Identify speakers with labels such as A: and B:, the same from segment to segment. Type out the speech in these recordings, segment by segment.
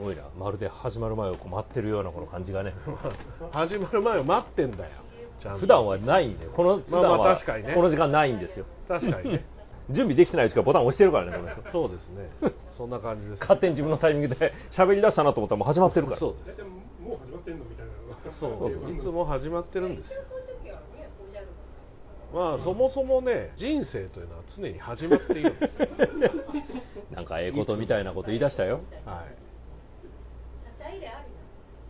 A: おいなまるで始まる前をこう待ってるようなこの感じが ね
B: 始まる前を待ってんだよちゃんと
A: 普段はないんだよこの普
B: まあ
A: 段
B: まあ
A: は
B: 確かにね
A: この時間ないんですよ
B: 確かにね
A: 準備できてないうちからボタン押してるからねこの人
B: そうですねそんな感じです
A: 勝手に自分のタイミングで 喋り出したなと思ったらもう始まってるから
B: そう
C: 大体もう始まってんのみたいなのが
B: そう
A: そうそう
B: いつも始まってるんですよまあそもそもね人生というのは常に始まっているんです よ
A: なんかええことみたいなこと言い出したよ
B: はい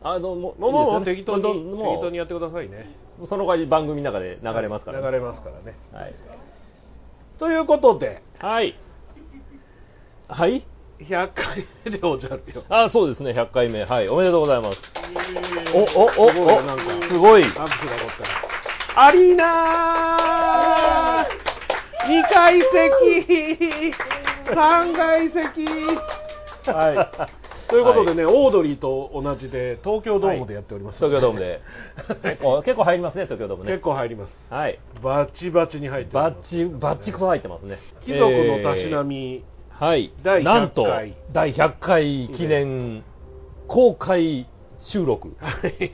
A: あのも
B: もうもう
A: いいです
B: 適
A: よ
B: 当
A: ねど
B: に
A: ん
B: 適
A: どん
B: 当
A: も
B: にやってくださいね
A: うその代わり番組の中で流れますから、
B: 流れますからね
A: はい
B: ということで
A: はいはい
B: 100回目でおじゃるよ
A: あそうですね100回目はいおめでとうございますお
C: え
A: おお
B: すごいなん
A: お
B: か
A: すごい
B: 拍手が起こったら
A: アリーナー
B: 2階席3階席 はいということでね、オードリーと同じで東京ドームでやっております、
A: 東京ドーム で結構結構入りますね東京ドームね
B: 結構入ります
A: はい
B: バチバチに入ってお
A: バ
B: り
A: ッ
B: ます
A: チバッチクソ入ってますね
B: 貴族のたしなみ、
A: えーはい
B: 第100回
A: なんと第100回記念公開収録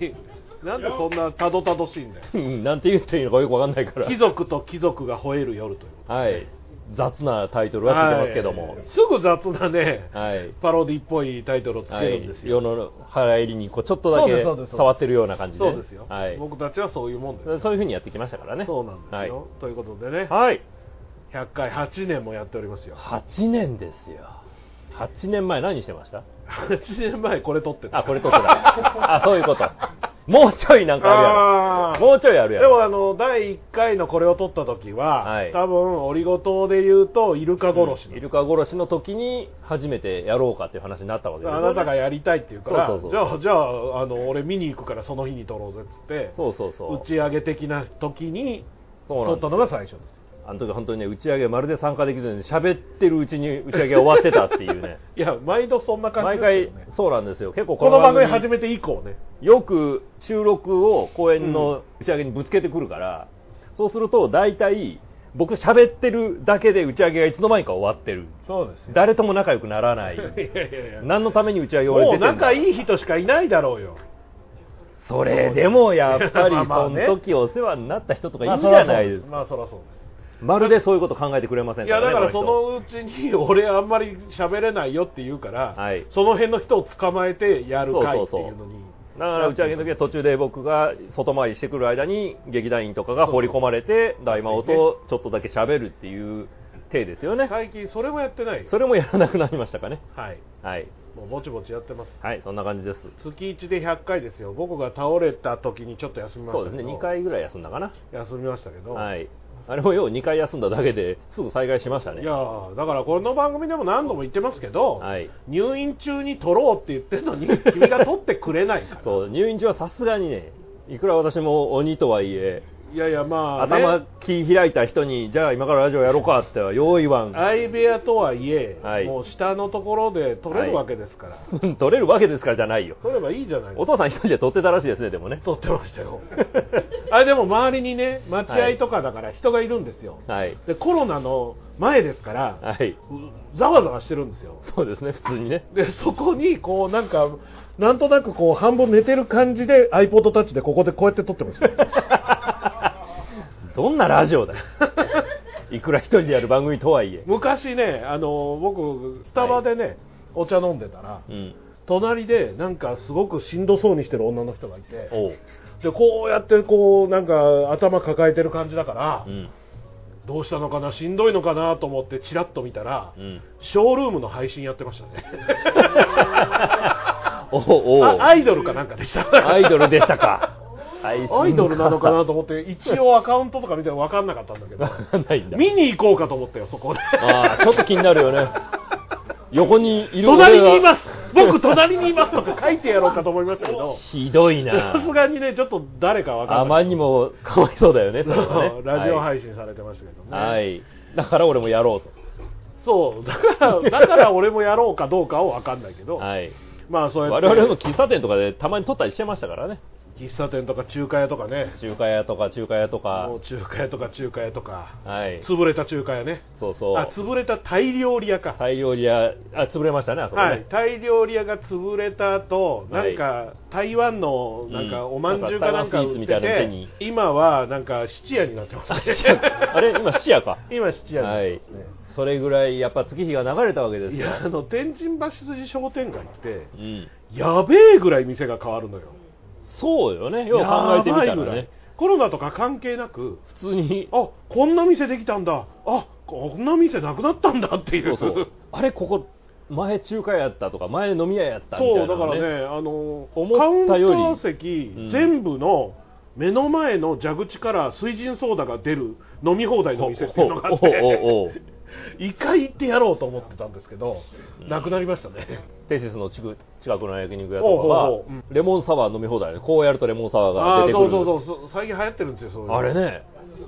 B: なんでそんなたどたどしいんだよ
A: うん なんて言っていいのかよくわかんないから
B: 貴族と貴族が吠える夜という
A: はい雑なタイトルはついてますけども
B: はいすぐ雑なね、
A: はい
B: パロディっぽいタイトルをつけ
A: はい
B: るんですよ、
A: 世の腹入りにこうちょっとだ
B: そうで
A: け
B: すそうですそうです
A: 触ってるような感じで
B: そうですよ、
A: はい
B: 僕たちはそういうもんですよ
A: そういうふうにやってきましたからね
B: そうなんですよ、ということでね、
A: はい、はい
B: 100回8年もやっておりますよ
A: 8年ですよ8年前何してました
B: 8年前これ撮ってた
A: あこれ撮ってたあそういうこともうちょいなんかあ
B: あ
A: るや
B: ー
A: ろもうちょいあるや
B: でもあ
A: ろ
B: の第1回のこれを撮った時は、
A: はい
B: 多分オリゴ糖で言うとイルカ殺しの、
A: イルカ殺しの時に初めてやろうかっていう話になったわけです
B: あなたがやりたいって言うから
A: そうそうそう
B: じゃあじゃああの俺見に行くからその日に撮ろうぜっつって
A: そうそうそう
B: 打ち上げ的な時に
A: そう
B: 撮
A: な
B: っ
A: んで
B: た
A: す
B: のが最初です
A: あの時本当にね打ち上げまるで参加できずに喋ってるうちに打ち上げ終わってたって いうね
B: いや毎度そんな感
A: 毎
B: じです
A: 回
B: よね
A: そうなんですよ結構
B: この番組始
A: 始
B: めて以降ね
A: よく収録を公演の打ち上げにぶつけてくるから、そうすると大体僕喋ってるだけで打ち上げがいつの間にか終わってる
B: そうですよ
A: 誰とも仲良くならない
B: いやいやいや
A: 何のために打ち上げを俺出て
B: もうん
A: だ
B: 仲いい人しかいないだろうよ
A: それでもやっぱり
B: まあ
A: そ
B: まあ
A: の
B: ね
A: 時お世話になった人とかいるじゃないですか
B: まあそらそうです
A: まるでそういうこと考えてくれません
B: い
A: か
B: や
A: ら
B: だ
A: ね
B: から
A: こ
B: そ
A: の
B: のうちに俺あんまり喋れないよって言うから、
A: はい
B: その辺の人を捕まえてやる会っていうのに
A: 人だから打ち上げの時は途中で僕が外回りしてくる間に劇団員とかが放り込まれて大魔王とちょっとだけ喋るっていう体ですよね
B: 最近それもやってないよ
A: それもやらなくなりましたかね
B: はい
A: はい
B: もうぼちぼちやってます
A: はいそんな感じです
B: 月1で100回ですよ僕が倒れた時にちょっと休みまし
A: そ
B: た
A: うで
B: けど
A: すね2回ぐらい休んだかな
B: 休みましたけど、
A: はいあれもよう2回休んだだけですぐ再開しましたね
B: いやーだからこの番組でも何度も言ってますけど、
A: はい
B: 入院中に取ろうって言ってるのに君が取ってくれないか ら
A: そう入院中はさすがにねいくら私も鬼とはいえ
B: いやいやまあ、ね、
A: 頭切り開いた人にじゃあ今からラジオやろうかってはよう言わん
B: 相部屋とはいえ、
A: はい
B: もう下のところで取れるわけですから、
A: うん 取れるわけですからじゃないよ
B: 取ればいいじゃない
A: お
B: ですか
A: 父さん一人で取ってたらしいですねでもね
B: 取ってましたよ あれでも周りにね待合とかだから人がいるんですよ、
A: はい
B: でコロナの前ですから、
A: はいう
B: ざわざわしてるんですよ
A: そうですね普通にね
B: でそこにこうなんかなんとなくこう半分寝てる感じで iPod タッチでここでこうやって撮ってましたよ
A: どんなラジオだよ いくら一人でやる番組とはいえ
B: 昔ねあの僕スタバでね、お茶飲んでたら
A: うん
B: 隣でなんかすごくしんどそうにしてる女の人がいて
A: おう
B: でこうやってこうなんか頭抱えてる感じだか
A: う
B: ら、
A: ん
B: どうしたのかなしんどいのかなと思ってチラッと見たら、
A: うん
B: ショールームの配信やってましたね
A: おうおう
B: あアイドルかなんかでした
A: アイドルでしたか配信か
B: アイドルなのかなと思って一応アカウントとか見ても分かんなかったんだ けど
A: ないんだ
B: 見に行こうかと思ったよそこで
A: ああちょっと気になるよ ね横にいる
B: 隣にいます す僕隣にいますとか書いてやろうかと思いましたけど
A: ひどいな
B: さすがにねちょっと誰か分か
A: あ
B: んな
A: ま
B: い
A: りにもかわいそうだよねそれはね
B: ラジオ配信されてましたけどね、
A: はい、はい、だから俺もやろう
B: そうだからだから俺もやろうかどうかは分かんないけ
A: と
B: ど、
A: はい
B: まあそうやって
A: 我々も喫茶店とかでたまに撮ったりしてましたからね
B: 喫茶店とか中華屋とかね
A: 中華屋とか中華屋とか
B: もう中華屋とか中華屋とか
A: はい
B: 潰れた中華屋ね
A: そうそう
B: あ潰れたタイ料理屋か
A: タイ料理屋あ潰れましたねあそこね、
B: はい、タイ料理屋が潰れた後なんか、台湾のなんか
A: うん
B: おまんじゅうかなんか
A: なんか台湾スイーツ
B: 売っ
A: み
B: て
A: たいなの手
B: て、
A: に
B: 今はなんか質屋になってます、
A: あ質屋 あれ今質屋か
B: 今 質屋になっ
A: はい
B: てますね、
A: それぐらいやっぱ月日が流れたわけです
B: い
A: よ
B: やあの天神橋筋商店街って
A: うん、
B: やべえぐらい店が変わるのよ
A: そうよねよう考えてみた
B: やばい
A: ら
B: ぐ
A: ね
B: いコロナとか関係なく
A: 普通 に
B: あこんな店できたんだあこんな店なくなったんだっていう
A: そうそうあれここ前中華屋やったとか前飲み屋やったみたい
B: そ
A: な
B: うだか
A: の、
B: らね、あのカウ
A: 思
B: ン
A: っ
B: タ
A: たより
B: ー席、
A: うん
B: 全部の目の前の蛇口から水ジンソーダが出る飲み放題の店っていうのがあっ
A: おうおうおうおう
B: て、一回行ってやろうと思ってたんですけど、
A: うん
B: なくなりましたね。
A: テシスの近く近くの焼肉屋とか
B: おうおう
A: は
B: おううん
A: レモンサワー飲み放題でこうやるとレモンサワー
B: あ
A: が
B: あ
A: 出
B: ー
A: て
B: そ
A: く
B: う
A: る
B: そうそうそう、最近流行ってるんですよ、そういうの
A: あれ、ね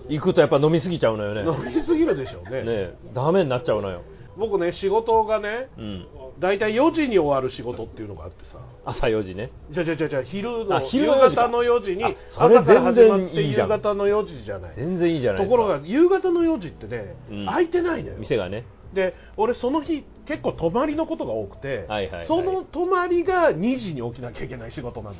A: 行くとやっぱ飲み過ぎちゃうのよね
B: 飲みすぎるでしょうね。
A: ねダメになっちゃうのよ、
B: 僕ね、仕事がね、
A: うん、
B: 大体4時に終わる仕事っていうのがあってさ。
A: 朝4時ね
B: じゃじゃじゃじゃ昼の
A: あ昼の4時
B: 夕方の4時に
A: あそれ
B: 朝から始まっ
A: 全然
B: て
A: いい
B: 夕
A: じゃん
B: 方の4時じゃない
A: 全然いいじゃない
B: と
A: ですか
B: ころが夕方の4時ってね、
A: うん
B: 開いてないのよ
A: 店がね
B: で俺その日結構泊まりのことが多くて、
A: はいはいはい
B: その泊まりが2時に起きなきゃいけない仕事なの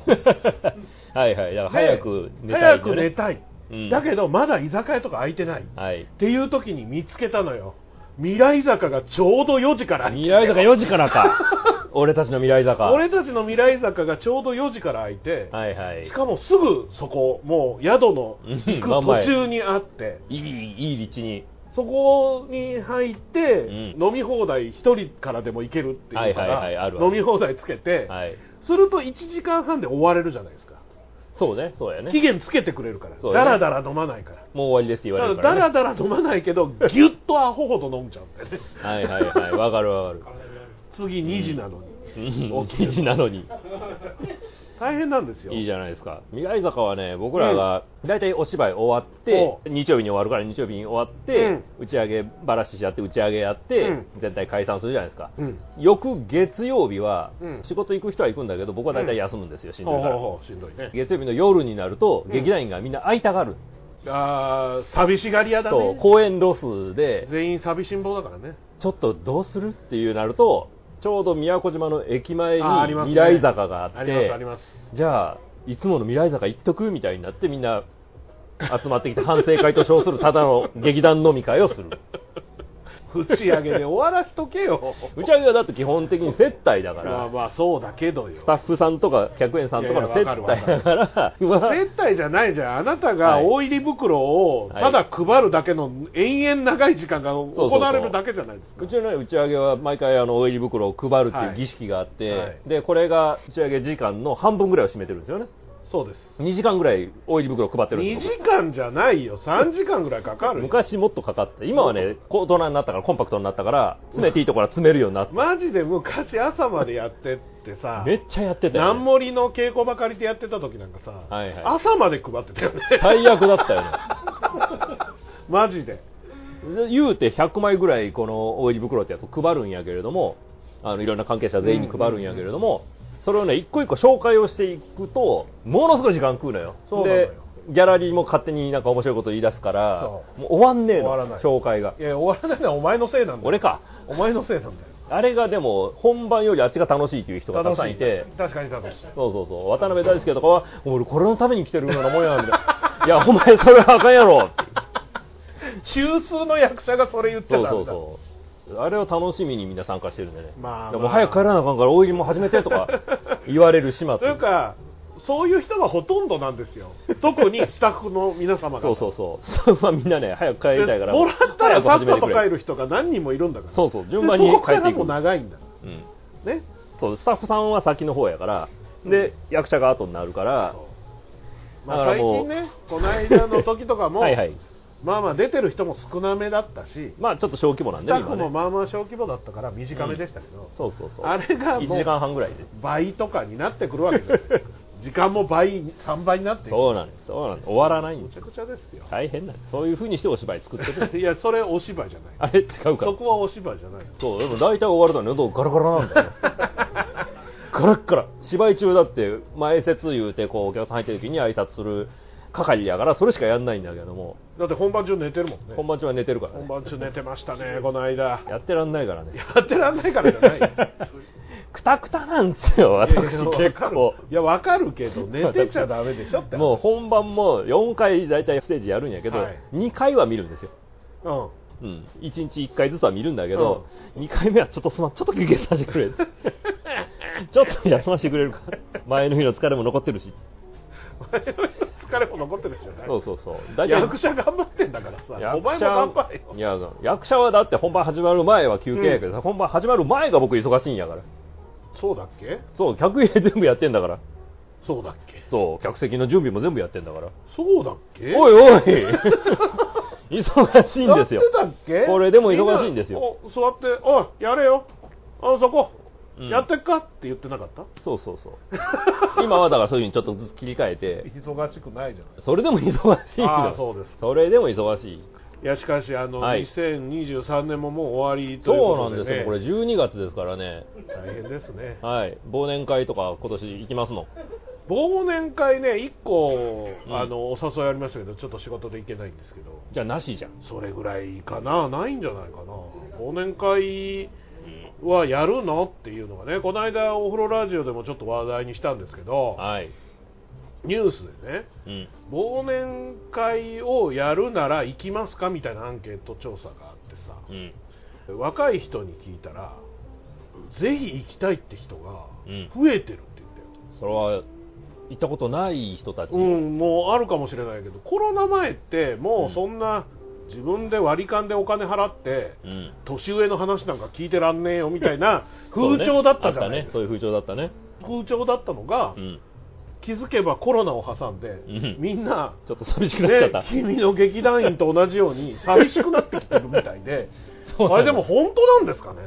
A: はいはいだから 早く寝たい、ね、
B: 早く寝たい、
A: うん
B: だけどまだ居酒屋とか開いてないっ
A: はい
B: ていう時に見つけたのよ未来坂がちょうど4時から開いて
A: 未来坂4時からか俺たちの未来坂
B: 俺たちの未来坂がちょうど4時から開いて、
A: はいはい
B: しかもすぐそこもう宿の
A: うん
B: 行く
A: まあまあ
B: 途中にあって
A: いいいい立地に
B: そこに入って、
A: うん
B: 飲み放題1人からでも行けるっていうか
A: はいはいはいあ
B: ら
A: るある
B: 飲み放題つけて、
A: はい
B: すると1時間半で終われるじゃないですか、
A: そうねそうやね
B: 期限つけてくれるから、
A: そうね
B: だらだら飲まないから。
A: もう終わりですって言われるか
B: だ
A: ら、
B: ら
A: ね、
B: だら飲まないけど、ぎゅっとアホほど飲んじゃうんだよね、
A: はいはいはいわかるわか
C: 体がある
B: 次2時なのに、
A: るうん
B: 起きて
A: 記事なのに
B: 大変なんですよ、
A: いいじゃないですか未来坂はね僕らが大体お芝居終わって、日曜日に終わるから日曜日に終わって、打ち上げばらししちゃって打ち上げやって、
B: うん
A: 全体解散するじゃないですか、
B: うん、
A: 翌月曜日は、
B: うん
A: 仕事行く人は行くんだけど僕は大体休むんですよ、しんどいから
B: ほうほうほうしんどいね、
A: 月曜日の夜になると、
B: うん
A: 劇団員がみんな会いたがる、
B: あー寂しがり屋だ
A: と
B: ね、
A: 公演ロスで
B: 全員寂しん坊だからね、
A: ちょっとどうするっていうなるとちょうど宮古島の駅前に
B: あーあります
A: 未
B: ね
A: 来坂があって
B: ありますあります
A: じゃあいつもの未来坂行っとくみたいになってみんな集まってきて反省会と称するただの劇団飲み会をす る
B: 打ち上げで終わらしとけよ
A: 打ち上げはだって基本的に接待だか
B: まあ
A: ら
B: まあそうだけどよ
A: スタッフさんとか客演さんとかの接待だからまあ
B: 接待じゃないじゃんあなたが
A: はい
B: 大入り袋をただ配るだけの延々長い時間が行
A: そうそう
B: われるだけじゃないです か
A: うちのね打ち上げは毎回あの大入り袋を配るっていう儀式があって、
B: はいはい
A: でこれが打ち上げ時間の半分ぐらいを占めてるんですよね
B: そうです
A: 2時間ぐらい大入り袋配ってるん
B: 2
A: ですよ
B: 時間じゃないよ3時間ぐらいかかるよ
A: 昔もっとかかって今はねこう大人になったからコンパクトになったから詰めていいところは詰めるようになって
B: マジで昔朝までやってってさ
A: めっちゃやってたよ、
B: 何
A: ね、
B: 盛りの稽古ばかりでやってた時なんかさ、
A: はいはい
B: 朝まで配ってたよね
A: 最悪だったよね
B: マジで
A: で 言うて100枚ぐらいこの大入り袋ってやつを配るんやけれどもあのいろんな関係者全員に配るんやけれども、それをね一個一個紹介をしていくとものすごい時間食うのよ
B: そうなのよ
A: でギャラリーも勝手になんか面白いこと言い出すから
B: そ
A: も
B: う
A: う終わんねえ
B: 終わらな
A: の
B: い
A: 紹介が
B: いや終わらないのはお前のせいなんだよ
A: 俺か
B: お前のせいなんだよ
A: あれがでも本番よりあっちが楽しいっていう人がたくさんいて
B: 確かに楽しい
A: そうそうそう渡辺大輔とかは俺これのために来てるようなもんやみたいな いやお前それはあかんやろって
B: 中枢の役者がそれ言ってた
A: そ
B: ん
A: う
B: だ
A: そうそうあれを楽しみにみんな参加してるんでね、
B: まあまあ
A: いやもう早く帰らなあかんから大喜利も始めてと か言われる始末
B: というかそういう人がほとんどなんですよ特にスタッフの皆様が
A: そうそうそうスタッフはみんなね早く帰りたいから
B: もらった
A: 早
B: ら
A: く
B: さっ
A: 始め
B: さ
A: て
B: と
A: く
B: 帰
A: れ
B: る人が何人もいるんだから
A: そうそう順番に
B: でそこから
A: 帰っていく
B: もう長いんだ
A: うん、
B: ね
A: そうスタッフさんは先の方やからで、役者が後になるから
B: まあ、
A: だか
B: 最
A: らもう
B: 近ねこの間の時とか も
A: はいはい
B: まあまあ出てる人も少なめだったし
A: まあちょっと小規模なん
B: ス
A: で
B: タ
A: ね
B: ッフ
A: 今
B: も
A: ね
B: まあまあ小規模だったから短めでしたけど、
A: そうそうそう
B: あれがもう
A: 1時間半ぐらいで
B: 倍とかになってくるわけじゃない時間も倍3倍になっていく
A: そうなんですそうなんです終わらないん
B: む
A: です
B: ちゃ
A: よ
B: くちゃですよ
A: 大変なんですそういうふうにしてお芝居作ってる
B: いやそれお芝居じゃない
A: あれ違うか
B: そこはお芝居じゃない
A: そうでも大体終わるのに喉ガラガラなんだよくガラッガラ芝居中だって前説言うてこうお客さん入ってる時に挨拶する係やからそれしかやんないんだけども
B: だって本番中寝てるもんね
A: 本番中は寝てるから
B: 本
A: ね
B: 番中寝てましたねこの間
A: やってらんないからね
B: やってらんないからじゃないよ
A: くたくたなんですよ私
B: いや
A: 結構
B: いやわかるけど寝てちゃダメでしょって話
A: もう本番も4回大体ステージやるんやけど、
B: はい
A: 2回は見るんですよ、
B: うん
A: うん、1日1回ずつは見るんだけど、2回目はちょっとすまんちょっと休憩させて くれちょっと休ませてくれるか前の日の疲れも残ってるし
B: 疲れも残ってるじゃない
A: そうそうそう
B: 役者頑張ってんだからさお前も頑張れよ
A: いや役者はだって本番始まる前は休憩やけどさ、本番始まる前が僕忙しいんやから
B: そうだっけ
A: そう客入れ全部やってんだから
B: そうだっけ
A: そう客席の準備も全部やってんだから
B: そうだっけ
A: おいおい 忙しいんですよ
B: やってたっけ
A: これでも忙しいんですよ
B: みなお座って「おいやれよあそこ、
A: うん
B: やってっか?」って言ってなかった
A: そうそうそう今はだからそういうふうにちょっとずつ切り替えて
B: 忙しくないじゃない
A: それでも忙しいの
B: ああそうです
A: それでも忙しい
B: いやしかしあの、
A: はい
B: 2023年ももう終わりという
A: そう
B: こ
A: な
B: と
A: ん
B: で、ね、
A: ですよこれ12月ですからね
B: 大変ですね
A: はい忘年会とか今年行きますの
B: 忘年会ね1個
A: うん
B: あの、お誘いありましたけどちょっと仕事で行けないんですけど
A: じゃあなしじゃん
B: それぐらいかなないんじゃないかな忘年会はやるのっていうのがねこの間お風呂ラジオでもちょっと話題にしたんですけど
A: はい
B: ニュースでね
A: うん
B: 忘年会をやるなら行きますかみたいなアンケート調査があってさ、
A: うん
B: 若い人に聞いたらぜひ行きたいって人が
A: うん
B: 増えてるって言ったよ、
A: それは行ったことない人たち、
B: うん、もうあるかもしれないけどコロナ前ってもうそんな自分で割り勘でお金払って
A: うん
B: 年上の話なんか聞いてらんねえよみたい な風潮だったじゃな
A: そ
B: い、
A: うねあったねそういう風潮だったね
B: 風潮だったのが、
A: うん
B: 気づけばコロナを挟んで、
A: ん
B: みんな
A: ちょっと寂しくなっちゃ
B: ね
A: った、、
B: 君の劇団員と同じように寂しくなってきてるみたいで
A: そうなんだ
B: あれでも本当なんですかね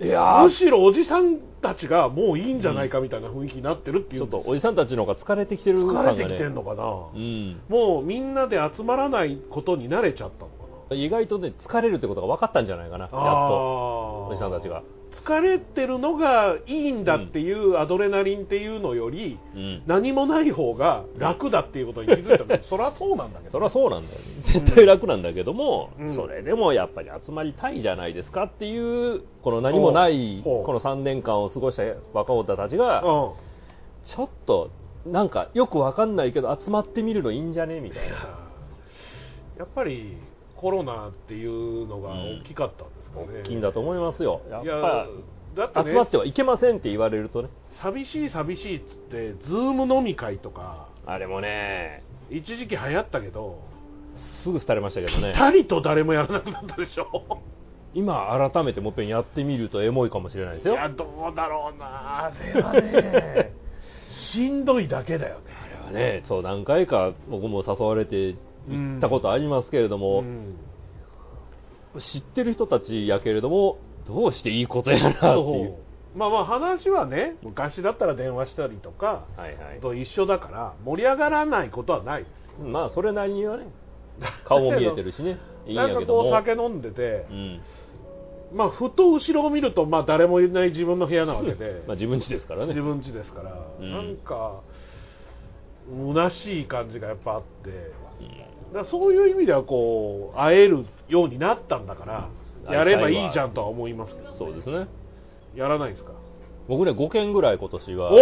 A: いやー
B: むしろおじさんたちがもういいんじゃないかみたいな雰囲気になってるってい
A: ち
B: う
A: ょ
B: ん
A: っ
B: で
A: と
B: すよ
A: おじさんたちの方が疲れてきてる
B: 疲
A: 感が、
B: れ
A: ね、
B: てきてんのかな、
A: うん
B: もうみんなで集まらないことに慣れちゃったのか
A: 意外とね疲れるってことが分かったんじゃないかなやっ
B: な
A: とお
B: あー
A: じさんたちが
B: 疲れてるのがいいんだっていうアドレナリンっていうのより、
A: うん
B: 何もない方が楽だっていうことに気づいた のそりゃそうなんだけど
A: そりゃそうなんだよ、ね、絶対楽なんだけども、
B: うん
A: それでもやっぱり集まりたいじゃないですかっていうこの何もない
B: ほうほ
A: こ
B: う
A: の3年間を過ごした若者たちが
B: うん
A: ちょっとなんかよく分かんないけど集まってみるのいいんじゃねみたいな
B: やっぱりコロナっていうのが大きかったんですかね、
A: 大きいんだと思いますよやっ
B: いやだっ
A: ぱ
B: て、ね、
A: 集まってはいけませんって言われるとね
B: 寂しい寂しいっつってズーム飲み会とか
A: あれもね
B: 一時期流行ったけど
A: すぐ廃れましたけど
B: ぴ
A: ね
B: たりと誰もやらなくなったでしょ
A: 今改めてもっぺんやってみるとエモいかもしれないです
B: い
A: よ
B: やどうだろう なあれはねしんどいだけだよね
A: あれはねそう何回か僕も誘われて行ったことありますけれども、
B: うん
A: 知ってる人たちやけれどもどうしていいことやなっていう
B: そうまあまあ話はね昔だったら電話したりとか
A: はいはい
B: と一緒だから盛り上がらないことはないです
A: まあそれなりにはね顔も見えてるしねいいん
B: な
A: や
B: ん
A: け
B: か
A: ど
B: こ
A: も
B: う酒飲んでて
A: う、ん、
B: まあ、ふと後ろを見ると、まあ、誰もいない自分の部屋なわけで
A: まあ自分ちですからね
B: 自分家ですから、
A: うん
B: なんか、虚しい感じがやっぱあって、
A: うん
B: だからそういう意味ではこう、会えるようになったんだから、
A: うん
B: やればいいじゃんとは思いますけど、
A: そうですね
B: やらないですか。
A: 僕ね5件ぐらい今年は
B: お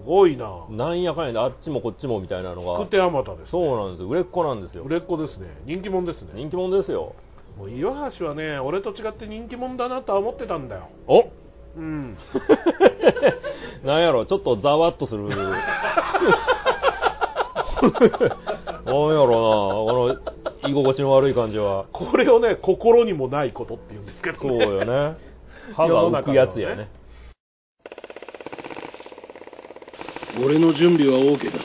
B: すごいな、
A: なんやかんやであっちもこっちもみたいなの
B: 福
A: が
B: 手あまたです、
A: そうなんですよ売れっ子なんですよ
B: 売れっ子ですね、人気者ですね、
A: 人気者ですよ
B: もう岩橋はね、俺と違って人気者だなとは思ってたんだよ。
A: お
B: うん
A: なんやろちょっとざわっとする なんやろなこの居心地の悪い感じは
B: これをね心にもないことって言うんですけど、ね、
A: そうよね。歯が浮くやつやね。
D: 俺の準備は OK だぜ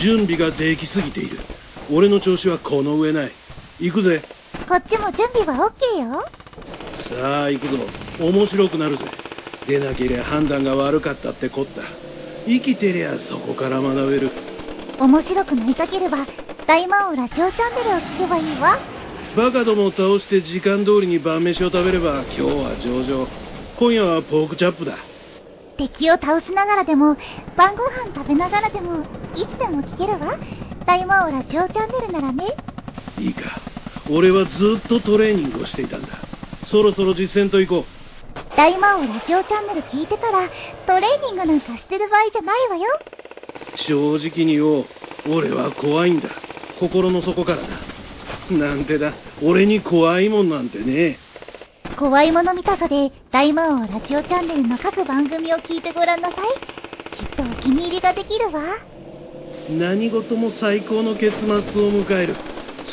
D: 準備ができすぎている俺の調子はこの上ない行くぜ
E: こっちも準備は OK よ。
D: さあ行くぞ面白くなるぜ出なけりゃ判断が悪かったってこった生きてりゃそこから学べる
E: 面白くなりたければ、大魔王ラジオチャンネルを聞けばいいわ。
D: バカどもを倒して時間通りに晩飯を食べれば今日は上々今夜はポークチャップだ
E: 敵を倒しながらでも、晩ご飯食べながらでも、いつでも聞けるわ。大魔王ラジオチャンネルならね。
D: いいか俺はずっとトレーニングをしていたんだそろそろ実践と行こう
E: 大魔王ラジオチャンネル聞いてたら、トレーニングなんかしてる場合じゃないわよ。
D: 正直に言おう俺は怖いんだ心の底からだなんてだ俺に怖いもんなんてね
E: 怖いもの見たさで、大魔王ラジオチャンネルの各番組を聞いてごらんなさい。きっとお気に入りができるわ。
D: 何事も最高の結末を迎える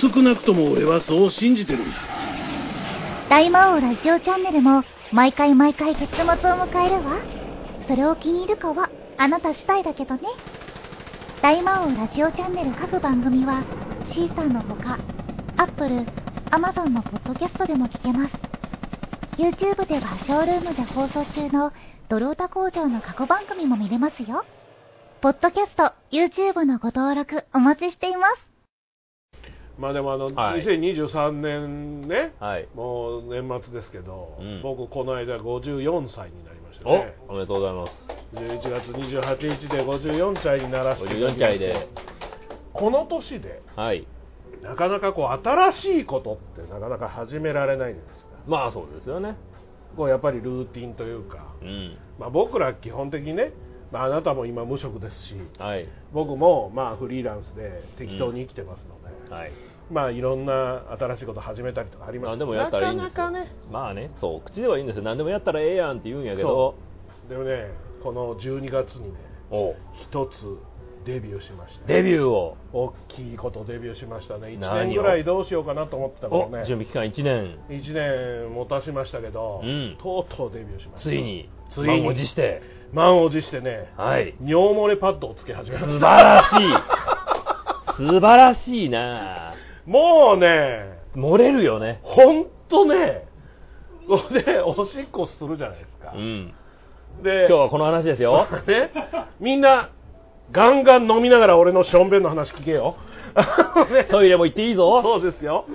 D: 少なくとも俺はそう信じてるんだ
E: 大魔王ラジオチャンネルも、毎回毎回結末を迎えるわ。それを気に入るかは、あなた次第だけどね。大魔王ラジオチャンネル各番組は、シーサーのほか、アップル、アマゾンのポッドキャストでも聞けます。YouTube ではショールームで放送中のドロータ工場の過去番組も見れますよ。ポッドキャスト、YouTube のご登録お待ちしています。
B: まあでもあの、
A: はい
B: 2023年ね、
A: はい
B: もう年末ですけど、
A: うん
B: 僕この間54歳になりました
A: お
B: ね
A: おめでとうございます
B: 11月28日で54歳にならせていただき
A: 54
B: ました
A: 歳で
B: この年で
A: はい
B: なかなかこう新しいことってなかなか始められないんです
A: まあそうですよね
B: こうやっぱりルーティンというか、
A: うん
B: まあ、僕ら基本的にね、まあ、あなたも今無職ですし
A: はい
B: 僕もまあフリーランスで適当に生きてますので、
A: はい
B: まあいろんな新しいこと始めたりとかあります
A: 何でもやったらいいんですよ
B: なかなかね
A: まあねそう口ではいいんですよ何でもやったらええやんって言うんやけど
B: でもねこの12月にね
A: お
B: 一つデビューしました、
A: デビュ
B: ー
A: ーを
B: 大きいことデビューしましたね1
A: 何を
B: 年ぐらいどうしようかなと思ってた
A: お
B: もんね
A: 準備期間1年
B: 1年持たしましたけど、
A: うん
B: とうとうデビューしました
A: ついに
B: ついに
A: 満を持して
B: 満を持してね
A: はい
B: 尿漏れパッドをつけ始めま
A: 素晴
B: した
A: らしい素晴らしいな
B: もうね
A: 漏れるよね
B: ほんとねこれでおしっこするじゃないですか、
A: うん
B: で
A: 今日はこの話ですよ
B: ね、みんなガンガン飲みながら俺のしょんべんの話聞けよね
A: トイレも行っていいぞ
B: そうですよ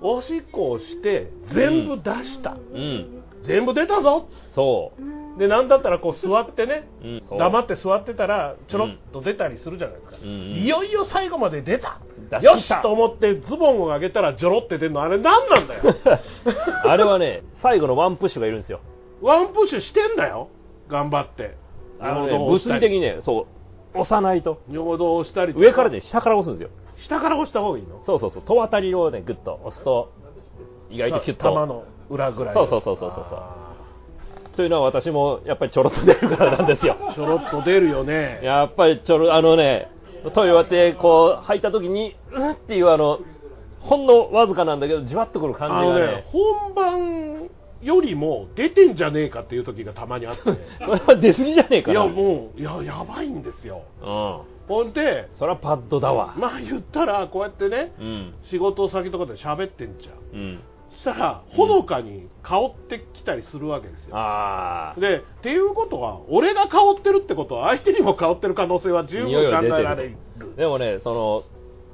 B: おしっこをして全部出した、
A: うん
B: 全部出たぞ
A: そ
B: でなんだったらこう座ってね
A: う、うん、そう
B: 黙って座ってたらちょろっと出たりするじゃないですか、
A: うんうん
B: いよいよ最後まで出た
A: 出し切った
B: よしと思ってズボンを上げたらジョロって出るのあれ何なんだよ
A: あれはね最後のワンプッシュがいるんですよ
B: ワンプッシュしてんだよ頑張って
A: あのね
B: 尿道を
A: 物
B: した
A: 理
B: り
A: 的にねそう押さないと
B: 尿道をしたりと
A: 上からね下から押すんですよ
B: 下から押した方がいいの
A: そうそうそう戸渡りをねグッと押すと意外とキュッと
B: 玉の裏ぐらいの
A: そうそうそうそうそうそう
B: あ
A: というのは私もやっぱりちょろっと出るからなんですよ
B: ーちょろっと出るよね
A: やっぱりちょろあのねトイレ終わってこう吐いた時にうんっていうあのほんのわずかなんだけどじわっとくる
B: あ
A: 感じ
B: の
A: がね
B: ね本番よりも出てんじゃねえかっていう時がたまにあって
A: それは出過ぎじゃねえか
B: い
A: な
B: やもういややばいんですよ
A: う
B: ほんで
A: んそれはパッドだわ
B: まあ言ったらこうやってね
A: うん
B: 仕事先とかで喋ってんじゃん
A: うん
B: したらほのかに香ってきたりするわけですよ、
A: ああ
B: でっていうことは俺が香ってるってことは相手にも香ってる可能性は十分
A: 匂いは
B: 考
A: 出
B: え
A: て
B: られる
A: るでもねその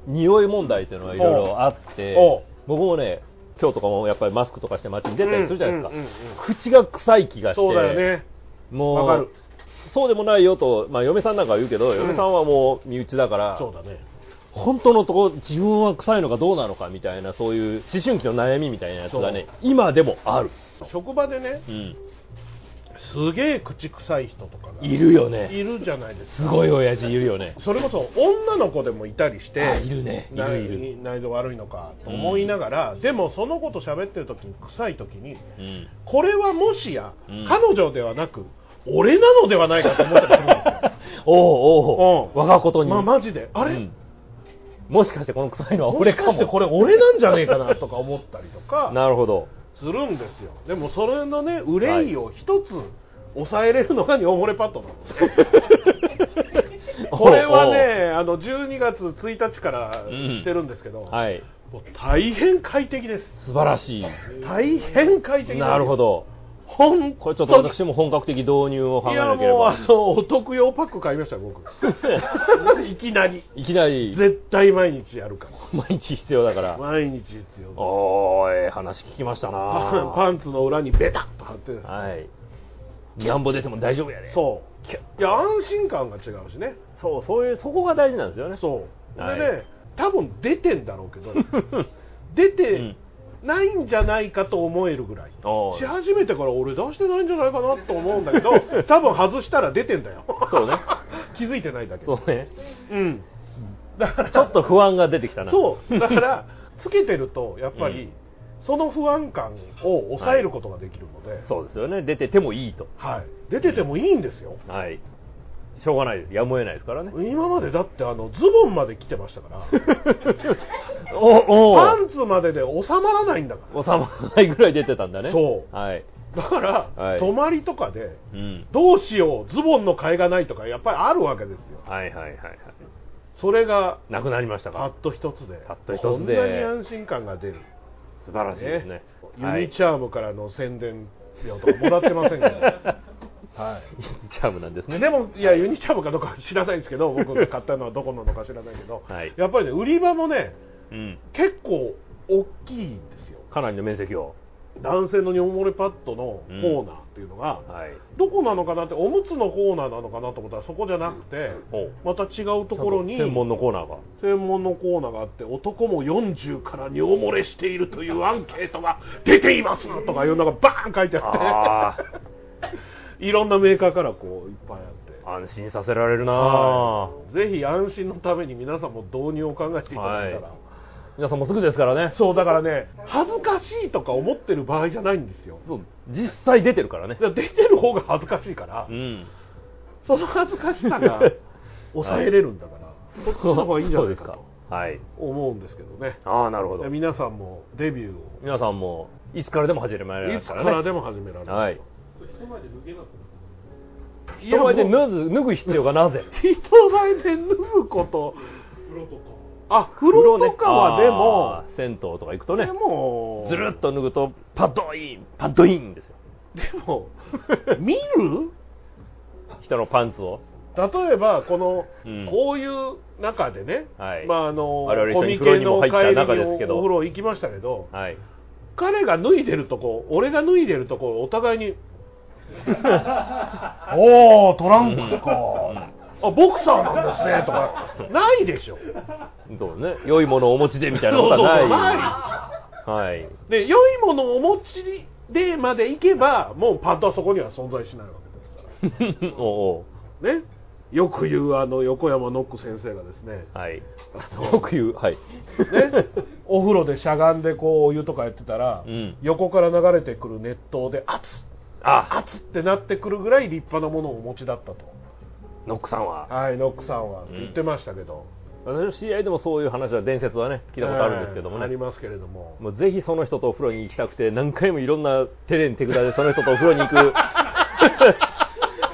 A: 匂い問題っていうのはいろいろあって
B: おう
A: 僕もね今日とかもやっぱりマスクとかして街に出たりするじゃないですか、
B: うんうんうん
A: 口が臭い気がして
B: そうだよね
A: も
B: わ
A: う
B: かる
A: そうでもないよと、まあ、嫁さんなんかは言うけど、
B: ん
A: 嫁さんはもう身内だから
B: そうだね
A: 本当のとこ自分は臭いのかどうなのかみたいなそういう思春期の悩みみたいなやつがね今でもある、
B: 職場でね
A: うん、
B: すげえ口臭い人とかが
A: いるよね
B: いるじゃないですか
A: すごい親父いるよね
B: それこそ女の子でもいたりし
A: あ
B: て
A: いるねい
B: な
A: るいる、
B: 内臓悪いのかと思いながら、でもその子と喋ってる時に臭い時に
A: うん、
B: これはもしや、
A: うん
B: 彼女ではなく俺なのではないかと思ってたりする んですよ
A: おうおう、
B: うん
A: 我がことに、
B: まあマジであれ、
A: うんもしかしてこの臭いのは
B: これ
A: 俺
B: か
A: か
B: して
A: も
B: これ俺なんじゃねえかなとか思ったりと か
A: なるほど
B: するんですよでもそれのね憂いを一つ抑えれるのが尿漏れパッドな のこれはね、あの12月1日からしてるんですけど、
A: おうおうはい
B: もう大変快適です、
A: 素晴らし
B: 大変快適
A: いなるほ、ど
B: 本
A: これちょっと私も本格的導入を考
B: い
A: え
B: や
A: なけれ
B: もうあ
A: ば
B: のお得用パック買いました、僕、 いきなり、
A: いきなり
B: 絶対毎日やるか
A: 毎日必要だから
B: ら、毎日必要
A: おーええ話聞きましたな
B: パンパンツの裏にベタッと貼ってですね、
A: はいギャンボ出ても大丈夫やで
B: そういや安心感が違うしね
A: そうそういうそこが大事なんですよね
B: そう、
A: はい
B: でね多分出てんだろうけ ど出てないんじゃないかと思えるぐらい
A: おう
B: し始めてから俺出してないんじゃないかなと思うんだけ ど多分外したら出てんだよ
A: そうね
B: 気づいてないだけ
A: そうね
B: うんだから
A: ちょっと不安が出てきたな
B: そうだからつけてるとやっぱり、
A: うん
B: その不安感を抑えることができるので、はい
A: そうですよね出ててもいいと
B: 出ててもいいんですよ、
A: はいしょうがないですやむを得ないですからね
B: 今までだってあのズボンまで来てましたから
A: おお
B: パンツまでで収まらないんだか
A: 収まらないぐらい出てたんだね
B: そう
A: はい、
B: らだから、
A: はい
B: 泊まりとかで
A: うん、
B: どうしようズボンの替えがないとかやっぱりあるわけですよ
A: はいはいはいはい
B: それが
A: なくなりました
B: た
A: か
B: っと一つで
A: たっと一つで
B: こんなに安心感が出る、
A: 素晴らしいですねは
B: ユニ
A: い
B: チャームからの宣伝料とかもらってませ んから、はい
A: チャームなんですね
B: でもいやユニチャームかどうかは知らないんですけど僕が買ったのはどこなのか知らないけど、
A: はい
B: やっぱりね売り場もね
A: うん
B: 結構大きいんですよ
A: かなりの面積を
B: 男性の尿漏れパッドのコーナーっていうのが、
A: はい
B: どこなのかなっておむつのコーナーなのかなと思ったらそこじゃなくて、
A: お
B: また違うところに
A: 専門のコーナーが
B: 専門のコーナーがあって男も40から尿漏れしているというアンケートが出ていますとかいうのがバーン書いてあ
A: あ
B: って いろんなメーカーからこういっぱいあって
A: 安心させられるなあ
B: はいぜひ安心のために皆さんも導入を考えていただいたら、
A: はい皆さんもうすぐですからね
B: そうだからね恥ずかしいとか思ってる場合じゃないんですよ
A: そう実際出てるからね
B: だから出てる方が恥ずかしいから、
A: うん
B: その恥ずかし さが抑えれるんだから、そっちの方がいいんじゃないか
A: そう
B: と
A: ですかはい
B: 思うんですけどね
A: ああなるほど
B: 皆さんもデビューを
A: 皆さんもいつからでも始められ
B: い
A: ま
B: つ
A: す
B: か
A: かららね
B: でも始められる、
A: はい
C: 人前で脱げなくなる
A: 人前で脱ぐ脱ぐ必要がなぜ
B: 人前で脱ぐこと
C: 風呂とか
B: あ 風呂とかはで
A: あ
B: も
A: ー銭湯とか行くとね
B: でも
A: ずるっと脱ぐとパドインパドインですよ
B: でも見る
A: 人のパンツを
B: 例えばこの、
A: うん
B: こういう中でね、
A: はい
B: まああの
A: 我々一
B: コ
A: 緒に風呂
B: ミケ
A: に
B: の
A: も
B: 帰
A: 入った
B: りに
A: 中ですけど
B: お風呂行きましたけど、
A: はい
B: 彼が脱いでるとこ俺が脱いでるとこお互いに おおトランクスかあボクサーなんですねとかないでしょ
A: そうね良いものをお持ちでみたいなことは
B: そうそう
A: ない はい
B: で良いものをお持ちでまで行けばもうパッドはそこには存在しないわけですか
A: おお
B: らねよく言うあの横山ノック先生がですね
A: はい
B: あの
A: よく言うはい
B: ね、お風呂でしゃがんでこうお湯とかやってたら、
A: うん
B: 横から流れてくる熱湯で熱っ
A: あ
B: 熱っってなってくるぐらい立派なものをお持ちだったと
A: ノックさんは
B: はいノックさんはって言ってましたけど、
A: 私の知り合いでもそういう話は伝説はね聞いたことあるんですけども
B: えーあり
A: ね
B: ますけれども
A: もうぜひその人とお風呂に行きたくて何回もいろんな手練手札でその人とお風呂に行 く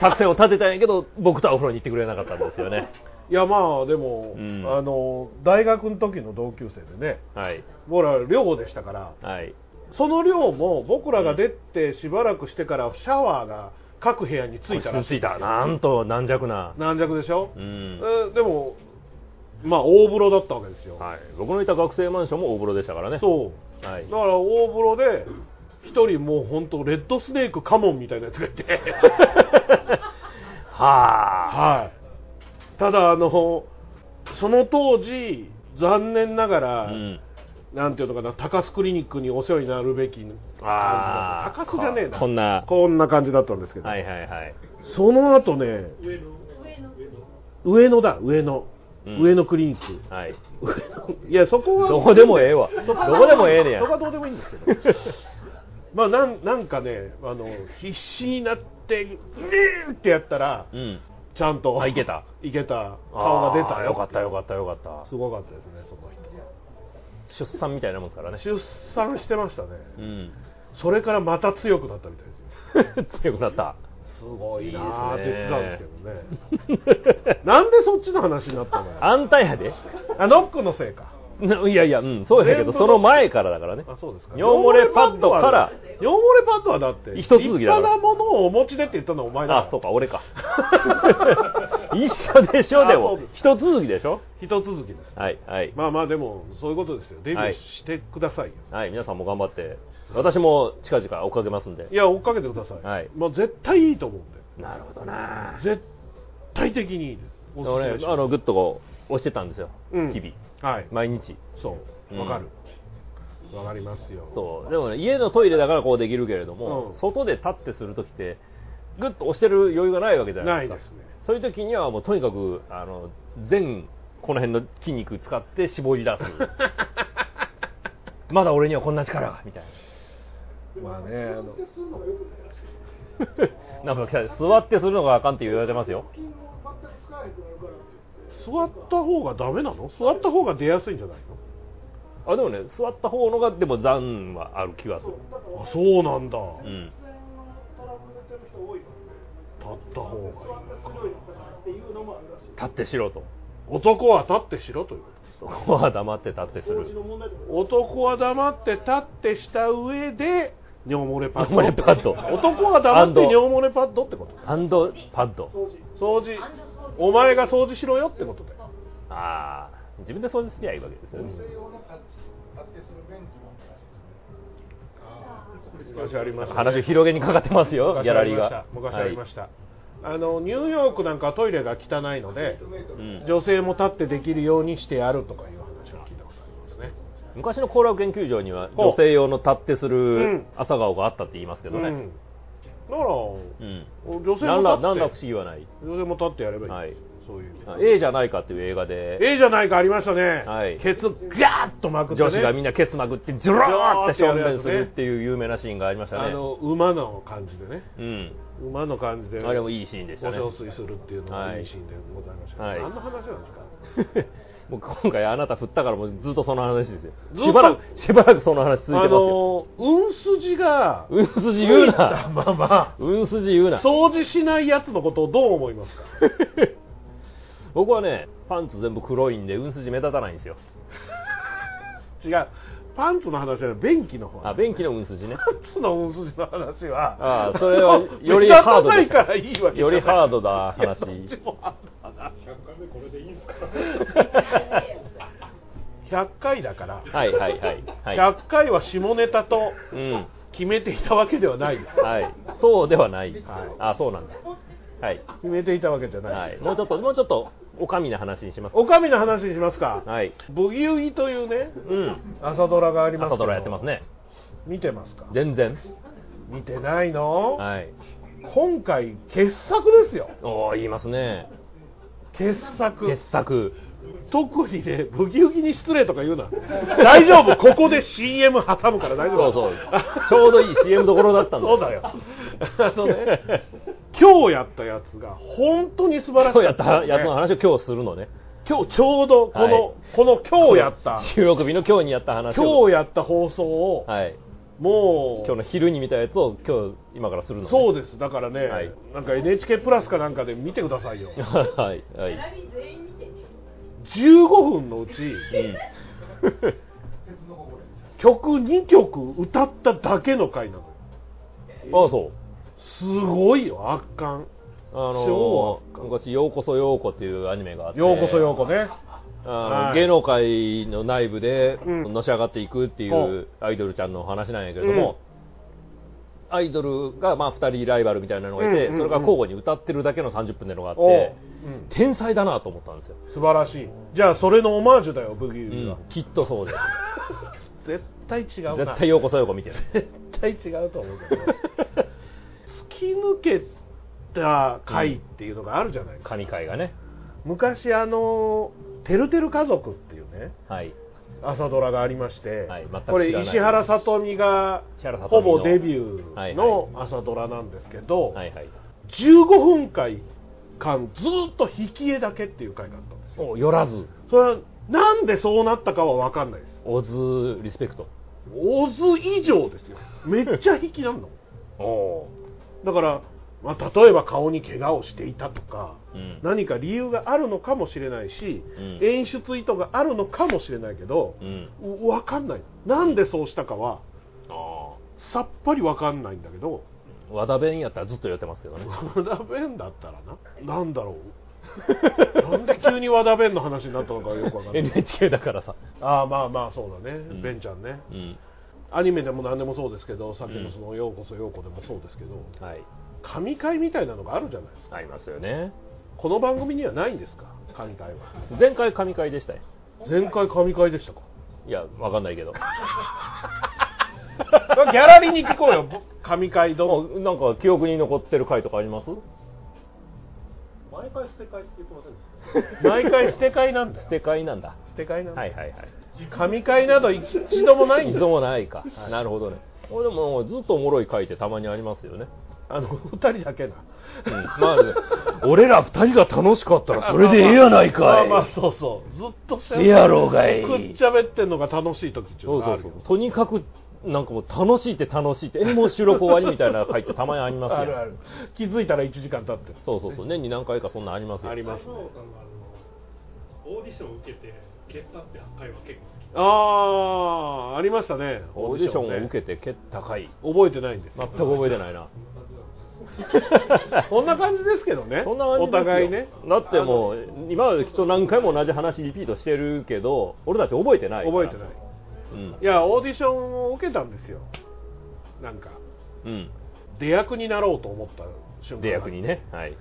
A: 作戦を立てたんやけど僕とはお風呂に行ってくれなかったんですよね
B: いやまあでも、
A: うん
B: あの大学の時の同級生でね
A: はい
B: 僕ら寮でしたから
A: はい
B: その寮も僕らが出てしばらくしてからシャワーが各部屋についたらしい
A: ついたなんと軟弱な
B: 軟弱でしょ、
A: うん
B: えーでもまあ大風呂だったわけですよ、
A: はい僕のいた学生マンションも大風呂でしたからね
B: そう
A: は
B: だ
A: い
B: から大風呂で一人もう本当レッドスネークカモンみたいなやつがいて
A: はあ
B: はいただあのその当時残念ながら、
A: うん
B: なんていうのかな高須クリニックにお世話になるべき
A: あー
B: 高須じゃねえな
A: こんな
B: こんな感じだったんですけど、
A: はいはいはい
B: その後ね
C: 上の
B: 上野だ上野、
A: うん
B: 上野クリニック
A: はい
B: 上野 いやそこは
A: どこでもええわどこでもええねや
B: そこはどうでもいいんですけど まあなんなんかねあの必死になってねーってやったら
A: うん
B: ちゃんと
A: あいけた
B: いけた顔が出た
A: あーよかったよか
B: っ
A: ったよかった
B: すごかったですねその人
A: 出産みたいなもんですからね。
B: 出産してましたね
A: うん。
B: それからまた強くなったみたいですよ
A: 強くなった。
B: すごい
A: いいですね
B: なーって言ってたんですけどねなんでそっちの話になったのよ
A: 安泰派
B: あノックのせいか
A: で いやいや、うん、そうやけ
B: 全部
A: ど、
B: の
A: その前からだからね。
B: あそうですか
A: 尿漏れパッドから
B: 尿漏れパッドはだって
A: 一続きだ
B: 立
A: から
B: 派なものをお持ちでって言ったのはお前だ
A: あ、そうか、俺 か。一緒でしょ、で
B: あそ
A: も
B: うです。
A: 一続きでしょ
B: 一続きです
A: はい、はい。
B: まあまあでもそういうことですよデビュ
A: は
B: ー
A: い
B: してくださいよ、
A: はい、皆さんも頑張って私も近々追っかけますんで
B: いや追っかけてください、
A: はい
B: まあ、絶対いいと思うんで
A: なるほどな
B: 絶対的にいいですおすす
A: 俺
B: めします
A: あのグッとこう押してたんですよ、
B: うん
A: 日々
B: はい
A: 毎日
B: そう
A: うん
B: わかるわ、かりますよ
A: そうでもね家のトイレだからこうできるけれども、
B: うん
A: 外で立ってする時ってグッと押してる余裕がないわけじゃな
B: ないい
A: です
B: で
A: か
B: すね
A: そういう時にはもうとにかくあの全この辺の筋肉使って絞り出 すまだ俺にはこんな力がみたい
B: まあねあの
C: するのがよくないらし い
A: ななんか座ってするのがあかんって言われてますよ
C: 筋も全く使えなくなるからって
B: 座った方がダメなの座った方が出やすいんじゃない
A: あでもね座った方のがでも残はある気がする
B: のあそうなんだ、
A: う
B: 立
A: ん
C: 全然トラブル出てる人多いからね
B: った方がいい
C: 座ってするよりもっていうのもあるらしい
A: 立ってしろと
B: 男は立ってしろという
A: そこは黙って立ってす
C: 掃除の
A: る
C: 問題とか
B: 男は黙って立ってした上で尿漏れパッド
A: 尿漏れパッド
B: 男は黙って尿漏れパッドってこと
A: ハンドパッド
C: 掃除
B: 掃除お前が掃除しろよってことで
A: ああ自分で掃除すりゃいいわけですよね、
B: 昔ありました
A: 話を広げにかかってますよギャラリーが
B: 昔ありました、あのニューヨークなんかはトイレが汚いので
A: はいうん
B: 女性も立ってできるようにしてやるとかいう話を聞いたことありますね
A: 昔の後楽研究所には
B: ほう
A: 女性用の立ってす
B: う
A: る
B: ん
A: 朝顔があったって言いますけどね、
B: うん、だから
A: うん
B: 女性
A: なんらなん
B: も
A: ら不思
B: 立って
A: 議はない
B: 女性も立ってやればいい、
A: はい
B: そういう
A: あ A じゃないかっていう映画で
B: A じゃないかありましたね、
A: はい
B: ケツガーッとまくって、ね、
A: 女子がみんなケツまくってジュローって正面するっていう有名なシーンがありました
B: あ
A: ね
B: の馬の感じでね
A: うん
B: 馬の感じで
A: あれもいいシーンでしたね
B: お憔悴するっていうのがいいシーンでございましたけど、
A: はい
B: 何の話なんですか
A: もう今回あなた振ったからもうずっとその話です
B: ずっ
A: よし
B: と
A: ばらくしばらくその話続いてます
B: あ
A: よ
B: の運筋が
A: うんすじ言う
B: ついた
A: な
B: まま
A: うんすじ言うな
B: 掃除しないやつのことをどう思い ますか
A: 僕はねパンツ全部黒いんでうんすじ目立たないんですよ
B: 違うパンツの話じゃない便器の方
A: あ便器のうんすじ ね
B: パンツの運筋の話は
A: ああそれはよ りハード
B: 目
A: で
B: 立
A: す
B: たないからいいわけじゃ
A: よ
B: ない
A: りハードない
B: や
A: 話
B: どっちもハードだな
C: 100回目これでいいんすか
B: 100回だから、
A: はいはいはいはい、
B: 100回は下ネタと
A: うん
B: 決めていたわけではないです
A: はい、そうではない、
B: はい
A: あそうなんだはい、
B: 決めていたわけじゃない、
A: はい、もうちょっともうちょっとおかみな話にします
B: おかみの話にしますか、
A: はい
B: ブギウギというね
A: うん
B: 朝ドラがありますけ
A: 朝
B: ど
A: ドラやってますね
B: 見てますか
A: 全然
B: 見てないの、
A: はい
B: 今回傑作ですよ
A: おお言いますね
B: 傑作
A: 傑作
B: 特にねブギウギに失礼とか言うな大丈夫ここで CM 挟むから大丈
A: そ
B: 夫
A: うそうちょうどいい CM どころだったんだ
B: そうだよあのね今日やったやつが本当に素晴ら
A: 今日
B: しか
A: や
B: っ
A: ったたやつの
B: ね
A: 話を今日するのね
B: 今日ちょうどこの、
A: はい
B: この今日やった
A: 収録日の今日にやった話
B: 今
A: を
B: 日やった放送を、
A: はい
B: もう
A: 今日の昼に見たやつを今日今からするの、ね、
B: そうですだからね、
A: はい
B: なんか NHK プラスかなんかで見てくだ さいよ
A: はいはい、
B: 15分のうち、
A: うん、
B: 曲2曲歌っただけの回なのよ
A: ああそう
B: すごいよ圧巻
A: あの
B: 超
A: ー、昔「ようこそようこ」っていうアニメがあって
B: ようこそようこね
A: あの、
B: はい
A: 芸能界の内部で
B: うん
A: のし上がっていくってい
B: ほ
A: う
B: う
A: アイドルちゃんの話なんやけれども、アイドルがまあ2人ライバルみたいなのがいて、
B: うんうんう
A: そ
B: ん
A: れが交互に歌ってるだけの30分でのがあっ
B: お
A: て
B: う、うん
A: 天才だなと思ったんですよ、
B: 素晴らしいじゃあそれのオマージュだよブギウ
A: う
B: ギは、
A: んきっとそう です
B: 絶対違うな
A: 絶対「ようこそようこ」見てる
B: 絶対違うと思う けど突き抜けた回っていうのがあるじゃないですか、
A: 神回がね
B: 昔あの「てるてる家族」っていうね
A: はい
B: 朝ドラがありまして、
A: はい全く知らない
B: これ石原さとみが
A: 石原さと
B: ほ
A: みの
B: ぼデビ
A: は
B: ュー
A: い
B: の朝ドラなんですけど、
A: はいはい
B: 15分間ずっと引き絵だけっていう回があったんですよ
A: およらず
B: それはなんでそうなったかは分かんないです
A: オズリスペクト
B: オズ以上ですよめっちゃ引きなんだもん
A: おお
B: だから、まあ、例えば顔に怪我をしていたとか
A: ー、うん
B: 何か理由があるのかもしれないし、
A: うん
B: 演出意図があるのかもしれないけど、
A: うん
B: 分かんないなんでそうしたかは
A: あ
B: さっぱり分かんないんだけど
A: あ和田弁やったらずっと言ってますけど ね
B: 和田弁だったらななんだろうなんで急に和田弁の話になったのかよく分かんない
A: NHK だからさ、
B: ああまあまあそうだね、
A: ん
B: ベンちゃんね
A: うん、
B: アニメでも何でもそうですけどさっきのその「ようこそようこ」でもそうですけど
A: はい
B: 神回みたいなのがあるじゃないですか
A: ありますよね
B: この番組にはないんですか神回は
A: 前回神回でしたよ
B: 前回神回でしたか
A: いやわかんないけ ど
B: ギャラリーに聞こうよ神回どう
A: もうなんか記憶に残ってる回とかあります
C: 毎回捨て替えって言ってませんでし た
B: 毎回捨て会なんだ
A: 捨
B: よ
A: て会なんだ
B: 捨て会なんだ
A: は
B: よ
A: いはいはい
B: 神回など一度もないん
A: 一
B: だ
A: 度
B: よ
A: もないか、なるほどねこれでもずっとおもろい回ってたまにありますよね、
B: あの二人だけな
A: うん、まあ俺ら二人が楽しかったらそれでええやないかい、
B: まあまあそうそうずっと
A: せやろうがい
B: くっちゃべってんのが楽しい時っていう
A: そ
B: の
A: う
B: が
A: そ
B: あ
A: う
B: る
A: そ
B: よ
A: うとにかくなんかもう楽しいって楽しいってえもう収録終わりみたいな回ってたまにありますよ
B: あるある気づいたら1時間経ってる
A: そうそうそう年に何回かそんなんありますよ
B: ありますね
C: 大野さんがあのオーディションを受けて消したって回は結構好き
B: ああありましたね
A: オーディションを受けて
B: て
A: 蹴った回
B: 覚えてないんです
A: 全く覚えて ないな
B: こんな感じですけどね
A: そんな感じ
B: お
A: ですよ
B: 互いね
A: だってもう今まできっと何回も同じ話リピートしてるけど俺たち覚えてないから
B: 覚えてない
A: うん
B: いやオーディションを受けたんですよなんか
A: うん
B: 出役になろうと思った瞬間
A: 出役にねはい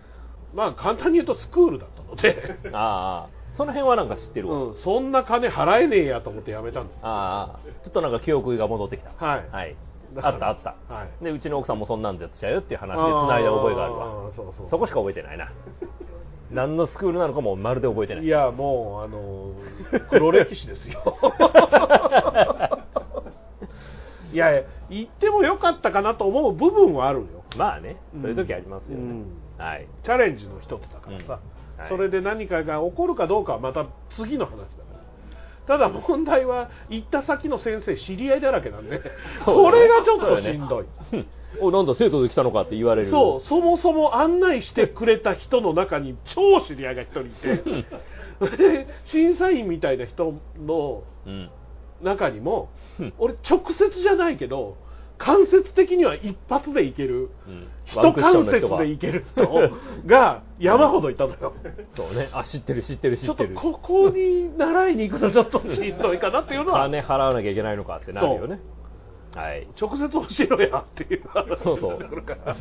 B: まあ簡単に言うとスクールだったので、
A: ああその辺はなんか知ってるわ、
B: うん、そんな金払えねえやと思ってやめたんです
A: ああちょっとなんか記憶が戻ってきた
B: はい
A: はい、
B: だ
A: あ
B: から
A: ったあった、
B: はい
A: でうちの奥さんもそんなんでやってたよっていう話で繋いだ覚えがある
B: あ
A: わ
B: ーそうそう
A: そこしか覚えてない な何のスクールなのかもまるで覚えてない
B: いやもうあのー黒歴史です よいや言ってもよかったかなと思う部分はあるよ
A: まあねそういう時ありますよね、
B: うん
A: はい
B: チャレンジの一つだからさ、
A: うんはい
B: それで何かが起こるかどうかはまた次の話だからただ問題は行った先の先生知り合いだらけなんで、
A: そう
B: こ
A: だね
B: れがちょっとしんどい
A: うん おなんだ生徒で来たのかって言われる
B: そうそもそも案内してくれた人の中に超知り合いが一人 いてで審査員みたいな人の
A: うん
B: 中にも
A: うん
B: 俺直接じゃないけど間接的には一発でいける、
A: うんワン
B: 一
A: クッショ
B: 関
A: ンの人
B: 節
A: が
B: でいける人が山ほどいたのよ、
A: そうねあ知ってる知ってる知
B: ちょ
A: っ
B: ってと
A: る
B: ここに習いに行くのちょっとしんどいかなっていうのは
A: 金払わなきゃいけないのかってなるよねはい
B: 直接教えろやっていう話に
A: そうそ
B: なってくるから
A: う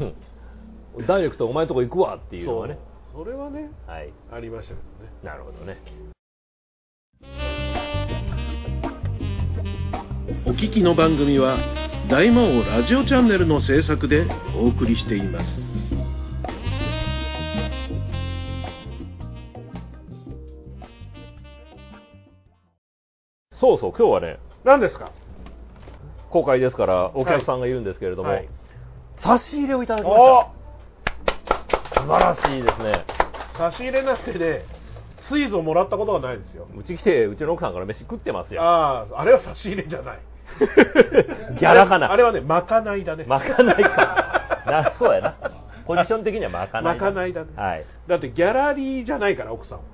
A: うん ダイレクトお前のとこ行くわっていうのはね
B: そうそれはね
A: はい
B: ありましたけどね
A: なるほどね
D: お聞きの番組は大魔王ラジオチャンネルの制作でお送りしています
A: そうそう今日はね
B: 何ですか
A: 公開ですからお客さんがいるんですけれども、
B: はい
A: 差し入れをいただきま
B: お
A: した素晴らしいですね
B: 差し入れなくてねスイーツをもらったことがないですよ
A: うち来てうちの奥さんから飯食ってますよ
B: あああれは差し入れじ ゃない
A: ギャラかな
B: あれはねまかないだね
A: まかない かなそうやなポジション的にはまかない
B: まかないだね
A: はい
B: だってギャラリーじゃないから奥さんは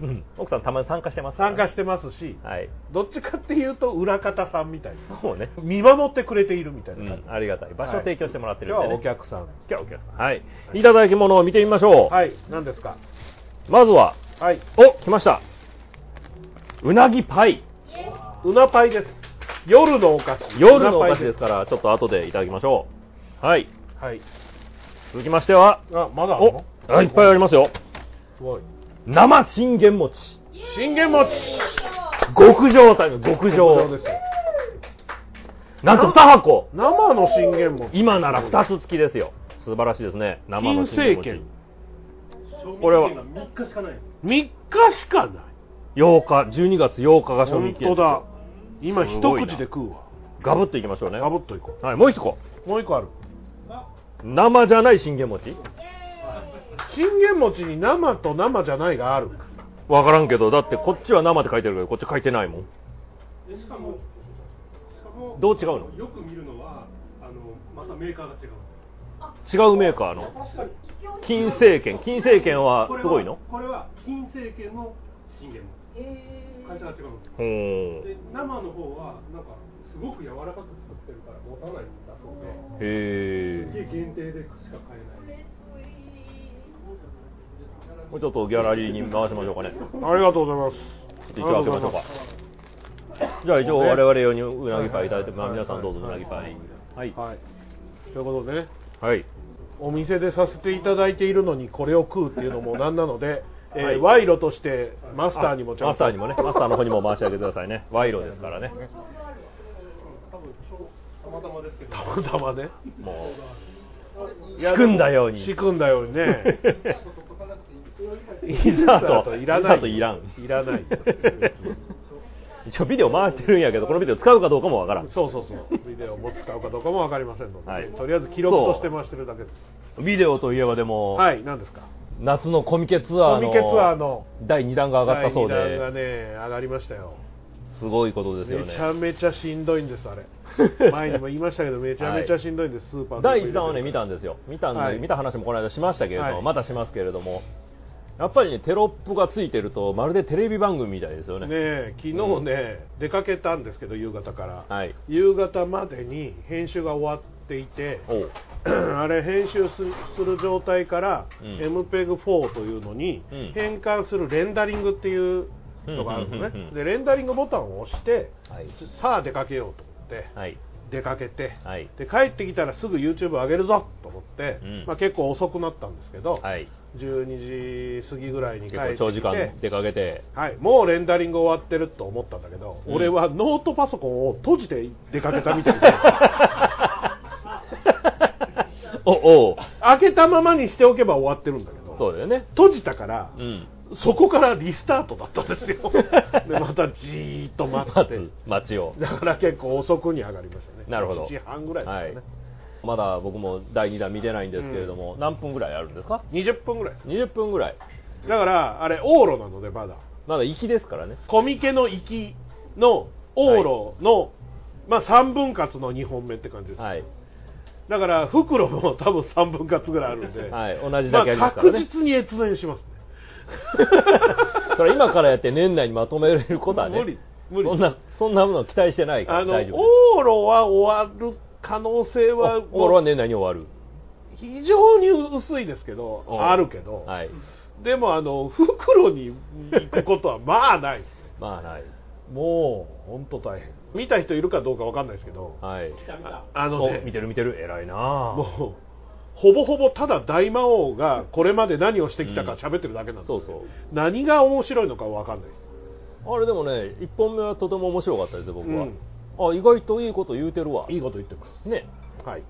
A: うん奥さんたまに参加してますから
B: 参
A: ね
B: 加してますし、
A: はい
B: どっちかっていうと裏方さんみたいな
A: そうね、
B: 見守ってくれているみた
A: う
B: いな感
A: ん
B: じ、、
A: ありがたい場所を提供してもらってるん
B: 今
A: で、
B: 日
A: ね
B: はお客さん
A: 今日はお客さんはい、い、ただき物を見てみましょう、
B: はい何ですか
A: まずは
B: はい
A: お来ましたうなぎパイ
B: うなパイです夜のお菓子
A: 夜のお菓子
B: うな
A: ですからちょっと後でいただきましょうはい
B: パイです
A: 続きましては
B: はいあまだある
A: お
B: の
A: あいっぱいありますよ
B: すごい
A: 生信玄餅
B: 信玄餅
A: 極上タイム極
B: 上
A: 上
B: ですよ
A: なんと2箱
B: 生の信玄餅
A: 今なら2つ付きですよ素晴らしいですね生の信玄餅
B: 金
A: これは
C: 3日しかない
B: 3日しかない
A: 8日12月8日が賞味
B: 本
A: 期限
B: 当だ今
A: す
B: 一
A: ごいな
B: 口で食うわ
A: ガブッといきましょうね
B: ガブッといこ
A: はいもう一個
B: うもう一個ある
A: 生じゃない信玄餅
B: 信玄餅に生と生じゃないがある
A: わからんけどだってこっちは生って書いてあるけどこっち書いてないもん
C: でしかもしかも
A: どう違うの
C: よく見るのはあのまたメーカーが違う
A: 違うメーカーの
C: 確かに
A: 金政権金政権はすごいの
C: これは金政権の信玄餅会社が違うんです
A: ほー
C: で生の方はなんかすごく柔らかく作ってるから持たないんだそうで
A: へえ
C: すげえ限定でしか買えない
A: もうちょっとギャラリーに回しましょうかね
B: ありがとうございます
A: ちょっと一応開けましょうかじゃあ一応
B: ね
A: 我々用にうなぎパイいただいて、
B: はい
A: まあ、皆さんどうぞう
B: は
A: ないぎパイはい
B: はいということでね
A: はい
B: お店でさせていただいているのにこれを食うっていうのもなんな ので、えー
A: はい
B: 賄賂としてマスターにもちゃ
A: マ
B: ん
A: スタ
B: と
A: ーにもねマスターの方にも回してあげてくださいね賄賂ですからね
C: 多分ちょたまたまですけど
B: たまたまね
A: もう仕組んだように
B: 仕組んだよう にね
A: イザート
B: いらな
A: イザ
B: い
A: ートいらん
B: いらない
A: 一応ビデオ回してるんやけどこのビデオ使うかどうかもわからん
B: そうそうそうビデオも使うかどうかも分かりませんので、
A: はい
B: とりあえず記録として回してるだけです
A: ビデオといえばでも、
B: はい何ですか
A: 夏のコミケツアーの
B: コミケツアーの
A: 第2弾が上がったそう
B: 第二弾が
A: で
B: ね上がりましたよ
A: すごいことですよね
B: めちゃめちゃしんどいんですあ れ前にも言いましたけどめちゃめちゃしんどいんです、スーパー
A: 第1弾はね見た
B: ん
A: んですよ見たんで、
B: はい
A: 見た話もこの間しましたけれど、
B: はい
A: またしますけれどもやっぱりねテロップがついてるとまるでテレビ番組みたいですよね
B: ねえ昨日ね、出かけたんですけど夕方から、
A: はい
B: 夕方までに編集が終わっていて
A: おう
B: あれ編集すする状態から、
A: うん
B: MPEG4 というのに
A: うん
B: 変換するレンダリングっていうのがあるのね、
A: うんうんうんうん
B: でレンダリングボタンを押して、
A: はい
B: さあ出かけようと思って、
A: はい
B: 出かけて、
A: はい
B: で帰ってきたらすぐ YouTube 上げるぞと思って、
A: うん
B: まあ、結構遅くなったんですけど、
A: はい
B: 12時過ぎぐらいに帰
A: 結構
B: ってきて
A: 長時間出かけ て
B: はい、もうレンダリング終わってると思ったんだけど、
A: うん
B: 俺はノートパソコンを閉じて出かけた みたいで
A: おおう
B: 開けたままにしておけば終わってるんだけど
A: そうだよね
B: 閉じたから、
A: うん
B: そこからリスタートだったんで すよでまたじーっと待っ
A: 待
B: て
A: つ街を
B: だから結構遅くに上がりましたね
A: なるほど
B: 7時半ぐらいですかね、
A: まだ僕も第2弾見てないんですけれども、何分ぐらいあるんですか
B: 20分ぐらいで
A: 20分ぐらい
B: すだからあれ往路なのでまだ
A: まだ行きですからね
B: コミケの行きの往路の、まあ3分割の2本目って感じです、
A: はい
B: だから袋も多分3分割ぐらいあるん で、
A: はい同じだけありますからね
B: まあ確実に越前しますね
A: それは今からやって年内にまとめられることはね
B: 無理無理
A: そんなそんなものは期待してないから
B: あの
A: 大
B: 往
A: 丈
B: 路
A: 夫です
B: は終わる可能性は
A: お俺は年内に終わる
B: 非常に薄いですけど
A: うん
B: あるけど、
A: はい
B: でもあの袋に行くことはまあないです
A: まあない
B: もう本当大変見た人いるかどうかわかんないですけど
A: はい
B: ああの
A: お
B: ね
A: 見てる見てる偉いなあ
B: もうほぼほぼただ大魔王がこれまで何をしてきたか
A: うん
B: 喋ってるだけなんで、
A: そうそう
B: 何が面白いのかわかんないです
A: あれでもね1本目はとても面白かったですよ僕は
B: うん、
A: あ意外といいこと言うてるわ
B: いいこと言ってます
A: ね
B: はい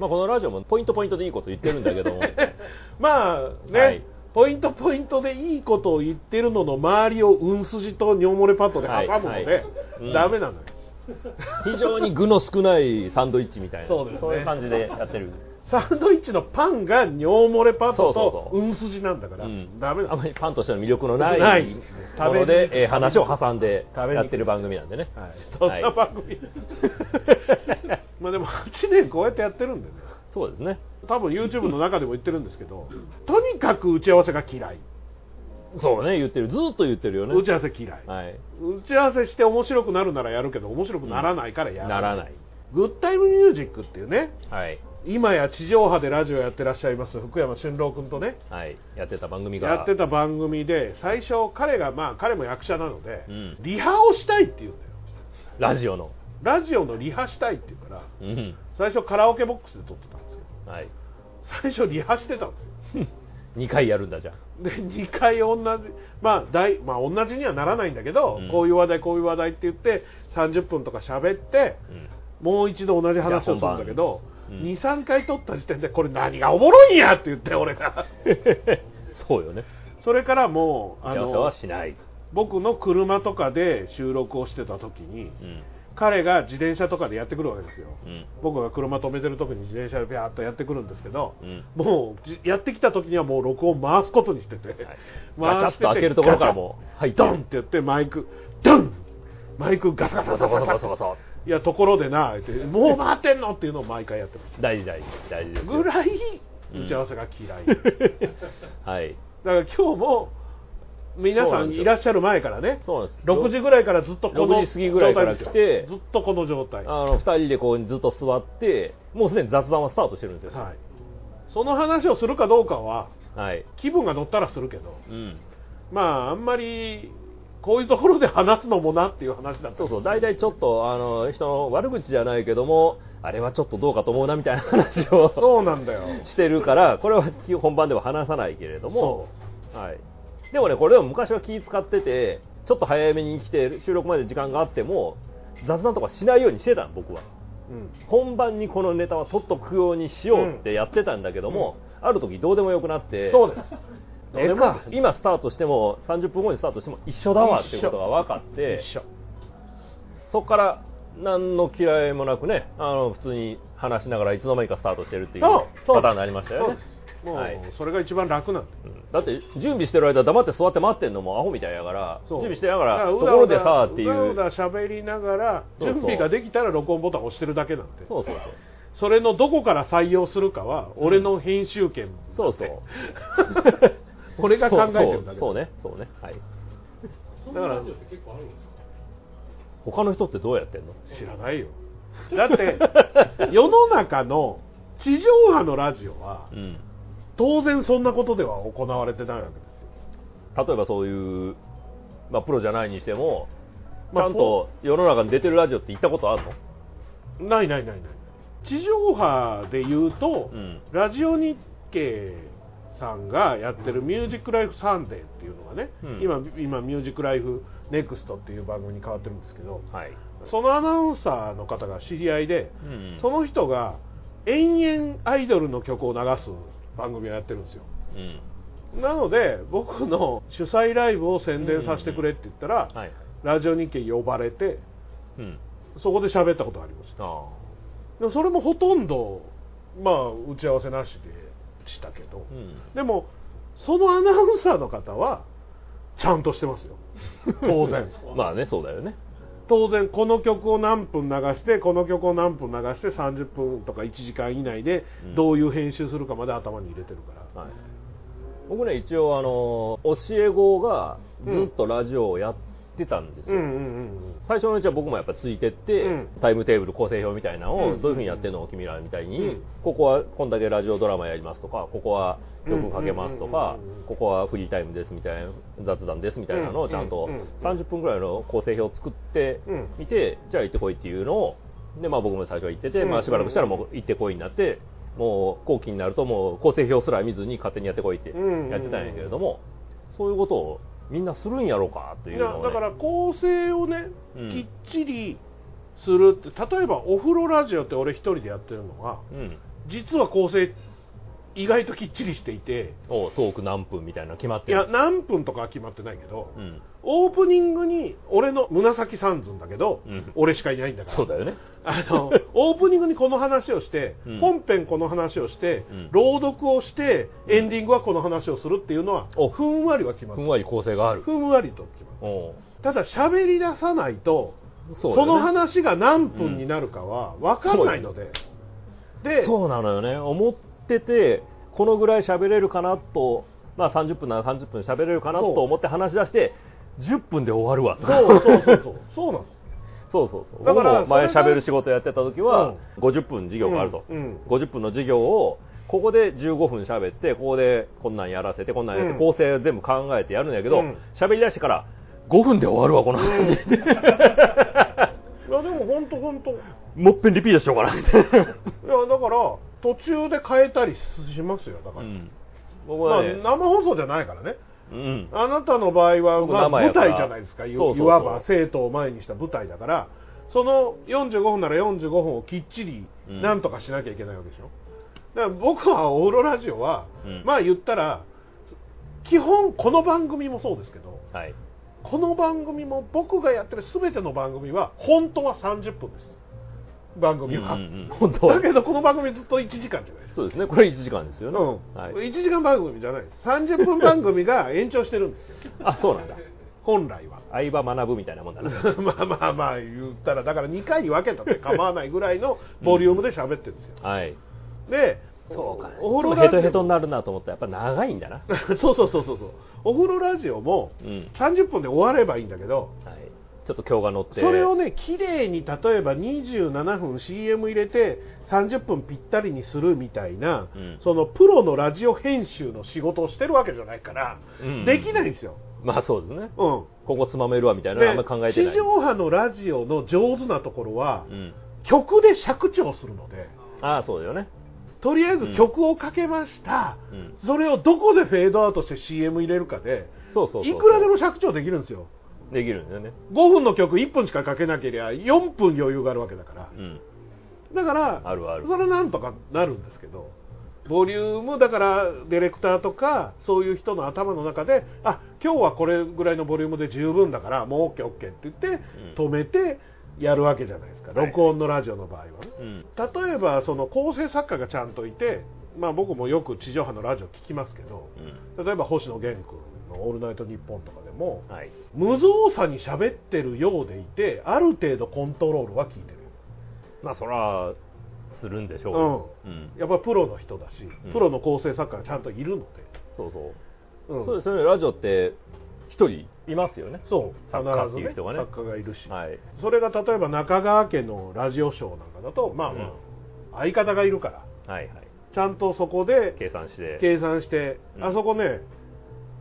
A: まあこのラジオもポイントポイントでいいこと言ってるんだけども
B: まあね、
A: はい
B: ポイントポイントでいいことを言ってるのの周りをうんすじと尿漏れパッドで挟むので、
A: はいはいうん
B: ダメなのよ、
A: 非常に具の少ないサンドイッチみたいな
B: そうですね
A: いう感じでやってる
B: サンドイッチのパンが尿漏れパッド
A: そうそう
B: と
A: そう
B: うんすじなんだから
A: うん
B: ダメな
A: あ
B: の
A: まりパンとしての魅力のない
B: ない
A: もので
B: 食べに、
A: えー話を挟んで
B: 食べに
A: やってる番組なんでね、
B: はい、そんな番組、 まあでも8年こうやってやってるんでね
A: そうですね
B: 多分 YouTube の中でも言ってるんですけどとにかく打ち合わせが嫌い、
A: そうね言ってるずーっと言ってるよね
B: 打ち合わせ嫌い、
A: はい
B: 打ち合わせして面白くなるならやるけど面白くならないからや
A: ならない
B: グッタイムミュージックっていうね
A: はい
B: 今や地上波でラジオやってらっしゃいます福山俊郎君とね
A: はいやってた番組が
B: やってた番組で最初彼がまあ彼も役者なので、
A: うん
B: リハをしたいって言うんだよ
A: ラジオの
B: ラジオのリハしたいって言うから
A: うん
B: 最初カラオケボックスで撮ってたんですよ
A: はい
B: 最初リハしてたんですよ
A: 2回やるんだじゃん
B: で2回同じ、まあ、大まあ同じにはならないんだけど、
A: うん
B: こういう話題こういう話題って言って30分とか喋って
A: うん
B: もう一度同じ話をするんだけど、
A: じゃあ本番うん
B: 23回撮った時点でこれ何がおもろいんやって言って 俺が
A: そうよね
B: それからもう
A: 打
B: あ
A: ち合わせ
B: の
A: はしない、
B: 僕の車とかで収録をしてた時に
A: うん
B: 彼が自転車とかでやってくるわけですよ
A: うん
B: 僕が車止めてる時に自転車でビャーっとやってくるんですけど、
A: うん
B: もうじやってきた時にはもう録音回すことにしてて、
A: ガチャッと開けるところからもう入
B: はい
A: ってる
B: ドンってやってマイクドンマイクガサガサガ
A: そ
B: サ
A: そ
B: ガ
A: こ
B: サ
A: そこそこそ
B: いやところでなってもう回ってんのっていうのを毎回やってま
A: 大事大事大事ですす
B: ぐ
A: い
B: らい打ち合わせが嫌い、だか
A: はい
B: ら今日も皆
A: そうな
B: さ
A: ん
B: ん
A: ですよ
B: いらっしゃる前からね
A: そうなんです
B: 6時ぐらいからずっとこの
A: 6時過ぎぐらいから
B: 状
A: 来
B: 態
A: て
B: ですよずっとこの状態は
A: あの2人でこうずっと座ってもうすでに雑談はスタートしてるんですよ
B: いその話をするかどうかは
A: はい、
B: 気分が乗ったらするけど
A: うん
B: まああんまりこういうところで話すのもなっていう話だった
A: そうそう大体ちょっとあの人の悪口じゃないけどもあれはちょっとどうかと思うなみたいな話を
B: そうなんだよ
A: してるからこれは基本本番では話さないけれども、はい、でもねこれでも昔は気使っててちょっと早めに来て収録まで時間があっても雑談とかしないようにしてたの僕は
B: うん
A: 本番にこのネタは取っとくようにしようってやってたんだけども、ある時どうでもよくなって
B: そうです
A: ええか今スタートしても30分後にスタートしても一緒だわっていうことが分かって
B: 一緒
A: そこから何の嫌いもなくねあの普通に話しながらいつの間にかスタートしてるっていう
B: あそう
A: パターンになりましたよね
B: もう、
A: はい
B: それが一番楽なんだよ
A: うんだって準備してる間黙って座って待ってんのもアホみたいやから準備してやから
B: だ
A: と
B: う
A: こ
B: だう
A: ろ
B: だ
A: でさっていう
B: うだうだ喋りながら
A: そうそう
B: 準備ができたら録音ボタンを押してるだけなんで
A: そうそう
B: それのどこから採用するかは俺の編集権、
A: そうそうそう
B: 俺が考えてるだけ
A: そうそうそうねそうねはい
C: そんなラジオって結構あるんですか
A: 他の人ってどうやってんの
B: 知らないよだって世の中の地上波のラジオは
A: うん
B: 当然そんなことでは行われてないわけですよ
A: 例えばそういう、まあ、プロじゃないにしてもち
B: まあ
A: ゃんと世の中に出てるラジオって行ったことあるの
B: ないないないない地上波で言うと、
A: うん
B: ラジオ日経さんがやってる「ミュージックライフサンデー」っていうのがね、
A: うん
B: 今今「ミュージックライフネクストっていう番組に変わってるんですけど
A: はい、
B: そのアナウンサーの方が知り合いで、
A: うんうん
B: その人が延々アイドルの曲を流す番組をやってるんですよ
A: うん、
B: なので僕の主催ライブを宣伝させてくれって言ったら、
A: はい、
B: ラジオ日経呼ばれて
A: うん、
B: そこで喋ったことがありました
A: あ
B: でもそれもほとんど、まあ、打ち合わせなしでしたけど、
A: あ、うん、
B: でもそのアナウンサーの方はちゃんとしてます よ当然
A: まあね、そうだよね、
B: 当然この曲を何分流してこの曲を何分流して30分とか1時間以内で
A: うん
B: どういう編集するかまで頭に入れてるから、
A: はい、僕ね、一応、あの教え子がずっとラジオをやってたんです
B: う
A: よ、
B: んうんうんうん
A: 最初のうちは僕もやっぱついてって、
B: うん
A: タイムテーブル構成表みたいなの
B: う
A: を
B: ん
A: どういうふうにやってんの、君らみたいに、
B: うん
A: ここはこんだけラジオドラマやりますとかここは曲かけますとか、
B: うんうんうんうん
A: ここはフリータイムですみたいな雑談ですみたいなのをちゃんと
B: うんうんうん
A: 30分くらいの構成表を作ってみて、じゃあ行ってこいっていうのをで、まあ、僕も最初は行ってて、まあ、しばらくしたらもう行ってこいになってもう後期になるともう構成表すら見ずに勝手にやってこいってやってたんやけれども、そういうことをみんなするんやろうかとい
B: いうや
A: のを、ね、
B: だから構成をね、
A: うん
B: きっちりするって例えばお風呂ラジオって俺一人でやってるのは
A: うん
B: 実は構成意外ときっちりしていて
A: おトーク何分みたいなの決まっ
B: い
A: てる
B: や何分とかは決まってないけど、
A: うん、
B: オープニングに俺の紫三寸だけど、
A: うん
B: 俺しかいないんだから
A: そうだよね
B: あのオープニングにこの話をして、
A: うん
B: 本編この話をして、
A: うん
B: 朗読をしてエンディングはこの話をするっていうのは、
A: お
B: ふんわりは決ま
A: ふ
B: って
A: ん
B: る
A: わり構成がある
B: ふんわりと決まってる
A: おう
B: ただ喋り出さないと
A: そ
B: そ,、
A: うだよね
B: の話が何分になるかは分かんないので、で
A: そうなのよね思っててこのぐらい喋れるかなとまあ30分なら30分喋れるかなと
B: そう
A: 思って話し出して10分で終わるわと
B: そうそうそうそうそう なの
A: そうそうそう
B: だから
A: 僕も前
B: それが
A: 喋る仕事やってた時は50分授業があると、
B: うんうん
A: 50分の授業をここで15分喋ってここでこんなんやらせてこんなんやって、
B: うん
A: 構成を全部考えてやるんやけど
B: うん
A: 喋、り出してから5分で終わるわこの話、
B: いやでも本当本当い
A: もっぺんリピートしよ うかなみたいな、
B: やだから途中で変えたりしますよだから、
A: 僕
B: ま
A: は
B: あ、
A: ね、
B: 生放送じゃないからね
A: うん、
B: あなたの場合は、
A: 僕
B: まあ
A: 生や
B: 舞
A: から
B: 台じゃないですかい
A: そうそうそう
B: いわば生徒を前にした舞台だからその45分なら45分をきっちり
A: うん
B: なんとかしなきゃいけないわけでしょ、だから僕はオーロラジオは、
A: うん
B: まあ言ったら基本この番組もそうですけど
A: はい
B: この番組も僕がやってる全ての番組は本当は30分です番組は、
A: うんうんうん本当は
B: だけどこの番組ずっと1時間じゃないですか
A: そうですねこれ1時間ですよね、はい、
B: 1時間番組じゃないです30分番組が延長してるんですよ
A: あそうなんだ
B: 本 来は
A: 相葉学ぶみたいなもんだね
B: まあまあまあ言ったらだから2回に分けたって構わないぐらいのボリュームで喋ってるんですよ、
A: はい
B: でお
A: お
B: 風呂
A: 風呂
B: ラ
A: ヘ
B: ジ
A: ト
B: オ
A: ヘトになるなと思ったらやっぱ長いんだな
B: そうそうそうそうそうお風呂ラジオも
A: うん
B: 30分で終わればいいんだけど、
A: はいちょっと今日が乗って
B: それをね綺麗に例えば27分 CM 入れて30分ぴったりにするみたいな、
A: うん
B: そのプロのラジオ編集の仕事をしてるわけじゃないから、
A: うん
B: できないんですよ、
A: まあそうですね
B: うん
A: ここつまめるわみたいなのあんまり考えてな
B: 地
A: い、
B: 上波のラジオの上手なところは、
A: うん、
B: 曲で尺調するので
A: ああそうだよね
B: とりあえず曲をかけました、
A: うん
B: それをどこでフェードアウトして CM 入れるかで
A: そうそうそうそう
B: いくらでも尺調できるんですよ
A: できるんだよね
B: 5分の曲1分しかかけなければ4分余裕があるわけだから
A: うん
B: だから
A: あるある
B: それなんとかなるんですけどボリュームだからディレクターとかそういう人の頭の中であ今日はこれぐらいのボリュームで十分だからもう OKOK って言って
A: うん
B: 止めてやるわけじゃないですか、
A: はい
B: 録音のラジオの場合はね、
A: うん
B: 例えばその構成作家がちゃんといて、まあ、僕もよく地上波のラジオ聞きますけど
A: うん
B: 例えば星野源君の「オールナイトニッポン」とかでも
A: はい
B: 無造作に喋ってるようでいてある程度コントロールは効いてる
A: まあそらするんでしょう、うん
B: やっぱプロの人だし、
A: うん
B: プロの構成作家がちゃんといるので、
A: そうそう、
B: うん
A: そうですよねラジオって一人いますよね
B: そう
A: 作家っていう
B: 必ず
A: 人がね
B: 作家がいるし、
A: はい
B: それが例えば中川家のラジオショーなんかだとまあまあ、相方がいるから
A: はいはい
B: ちゃんとそこで
A: 計算して
B: 計算して、
A: うん
B: あそこね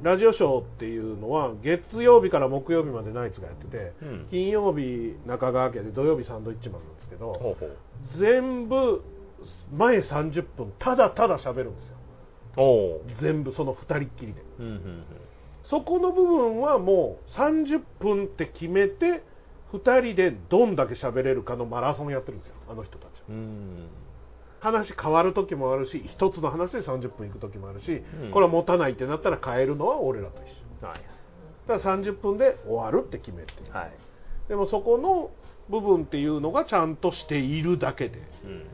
B: ラジオショーっていうのは月曜日から木曜日までナイツがやってて、
A: うん
B: 金曜日中川家で土曜日サンドイッチマンなんですけど、
A: ほうほう
B: 全部前30分ただただ喋るんですよ
A: おお
B: 全部その2人っきりで
A: うんうんうん
B: そこの部分はもう30分って決めて2人でどんだけ喋れるかのマラソンやってるんですよあの人たちは
A: うん
B: 話変わる時もあるし一つの話で30分いく時もあるし、
A: うん
B: これは持たないってなったら変えるのは俺らと一緒
A: はい
B: だから30分で終わるって決めてる
A: はい
B: でもそこの部分っていうのがちゃんとしているだけで
A: うん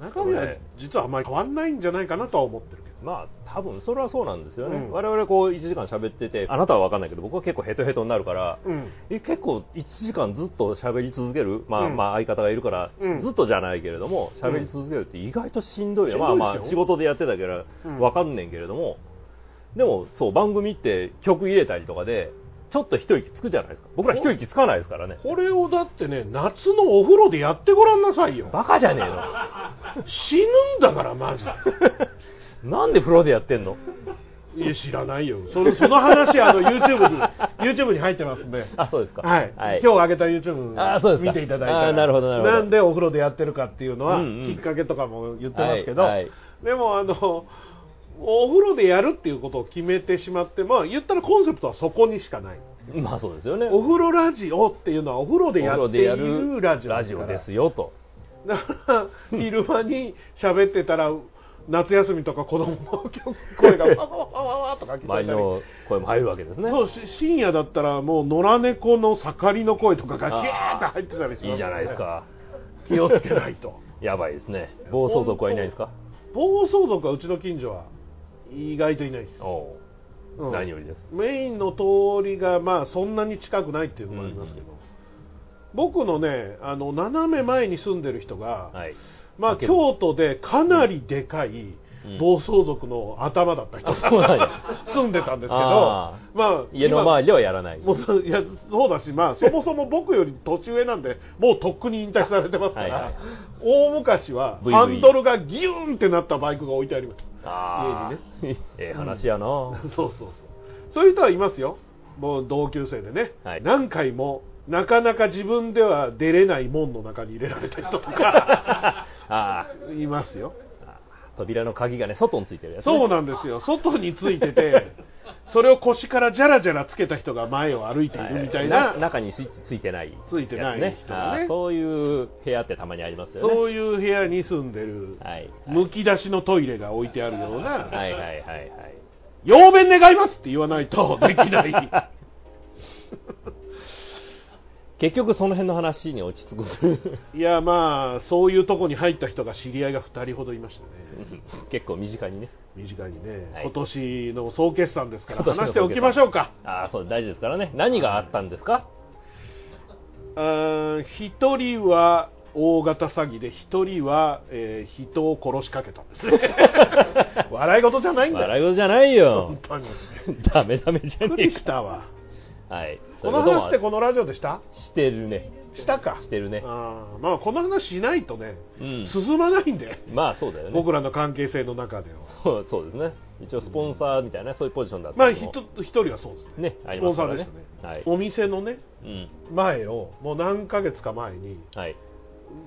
B: 中身
A: こ
B: は
A: れ
B: 実はあんまり変わんないんじゃないかなとは思ってるけど
A: まあ多分それはそうなんですよね、
B: うん
A: 我々こう1時間喋っててあなたは分かんないけど僕は結構ヘトヘトになるから、
B: うん
A: え結構1時間ずっと喋り続ける、まあ、
B: うん
A: まあ相方がいるから、
B: うん
A: ずっとじゃないけれども喋り続けるって意外としんどいよ、
B: しん
A: ま
B: どい
A: あ
B: ですよ
A: まあ仕事でやってたから
B: うん
A: 分かんねんけれども、でもそう番組って曲入れたりとかでちょっと一息つくじゃないですか僕ら一息つかないですからね
B: これをだってね夏のお風呂でやってごらんなさいよ
A: バカじゃねえ
B: 死ぬんだか らマジ
A: の なんで風呂でやってんの
B: でいや知らないよそのその話あの YouTube に YouTube に入ってますんで
A: あそうですか
B: はい、今日上げた YouTube
A: あーそうですか
B: 見ていただいたら
A: あーなるほどなるほど
B: んでお風呂でやってるかっていうのは、
A: うんうん
B: きっかけとかも言ってますけど、
A: はいはい
B: でもあのお風呂でやるっていうことを決めてしまってまあ言ったらコンセプトはそこにしかない
A: まあそうですよね
B: お風呂ラジオっていうのはお風呂でやってい
A: お風呂
B: るラジオ
A: ラ
B: だ
A: ジ
B: か
A: オ
B: ら
A: ですよと
B: だから 昼間に喋ってたら夏休みとか子供の 声がパパパパパとか聞こ
A: 周
B: え
A: り
B: たり
A: の声も入るわけですね
B: そうし深夜だったらもう野良猫の盛りの声とかがヒューって入ってたりします、
A: いいじゃないですか
B: 気をつけないと
A: やばいですね暴走族はいないですか
B: 暴走族はうちの近所は意外といないです、
A: おう
B: うん
A: 何よりです
B: メインの通りがまあそんなに近くないっていうのもありますけど、
A: うんうん
B: 僕のねあの斜め前に住んでる人が、
A: はい
B: まあ、
A: 叫ぶ
B: 京都でかなりでかい
A: うん
B: 暴走族の頭だった人
A: あそうなんや
B: が 住んでたんですけど、
A: あ
B: まあ、
A: 家の周りではやらない
B: 今もういやそうだし、まあ、そもそも僕より年上なんで、もうとっくに引退されてますから、
A: はいはい
B: 大昔は
A: ブイブイ
B: ハンドルがギューンってなったバイクが置いてありました、
A: ああ、ええ話やな、
B: そうそうそう、そういう人はいますよ、もう同級生でね、
A: はい
B: 何回も、なかなか自分では出れない門の中に入れられた人とか、
A: あ
B: いますよ。
A: あ扉の鍵がね外についてるやつ、ね、
B: そうなんですよ外についててそれを腰からジャラジャラつけた人が前を歩いているみたいな,、
A: は中にスイッチついてないやつ、
B: ついてない人がね
A: ああそういう部屋ってたまにありますよね
B: そういう部屋に住んでる、
A: はい
B: むき出しのトイレが置いてあるような、
A: はいはいはいはい
B: 要弁願いますって言わないとできない
A: 結局その辺の話に落ち着く
B: いやまあそういうとこに入った人が知り合いが2人ほどいましたね
A: 結構身近にね
B: 短いにね、
A: はい
B: 今年の総決算ですから
A: 今年の
B: 話しておきましょうか
A: ああそう大事ですからね何があったんですか、
B: 1人は大型詐欺で1人は、えー人を殺しかけたんで すね笑い事じゃないんだよ
A: 笑い事じゃないよ
B: 本当に
A: ダメダメじゃ
B: びっく
A: ねえ
B: り
A: か
B: したわ
A: はい
B: この話って
A: も
B: このラジオでした
A: してるね
B: したか
A: してるね
B: あーまあこの話しないとね、
A: うん
B: 進まないんで、
A: まあそうだよね
B: 僕らの関係性の中では
A: そうそうですね一応スポンサーみたいなそういうポジションだった
B: まあ
A: の
B: ひ
A: も
B: と一人はそうですね
A: ねあり
B: スポ
A: ま
B: ン
A: す
B: サ
A: か
B: ー
A: ら
B: でし
A: ね
B: たね
A: はい
B: お店のね
A: うん
B: 前をもう何ヶ月か前に
A: はい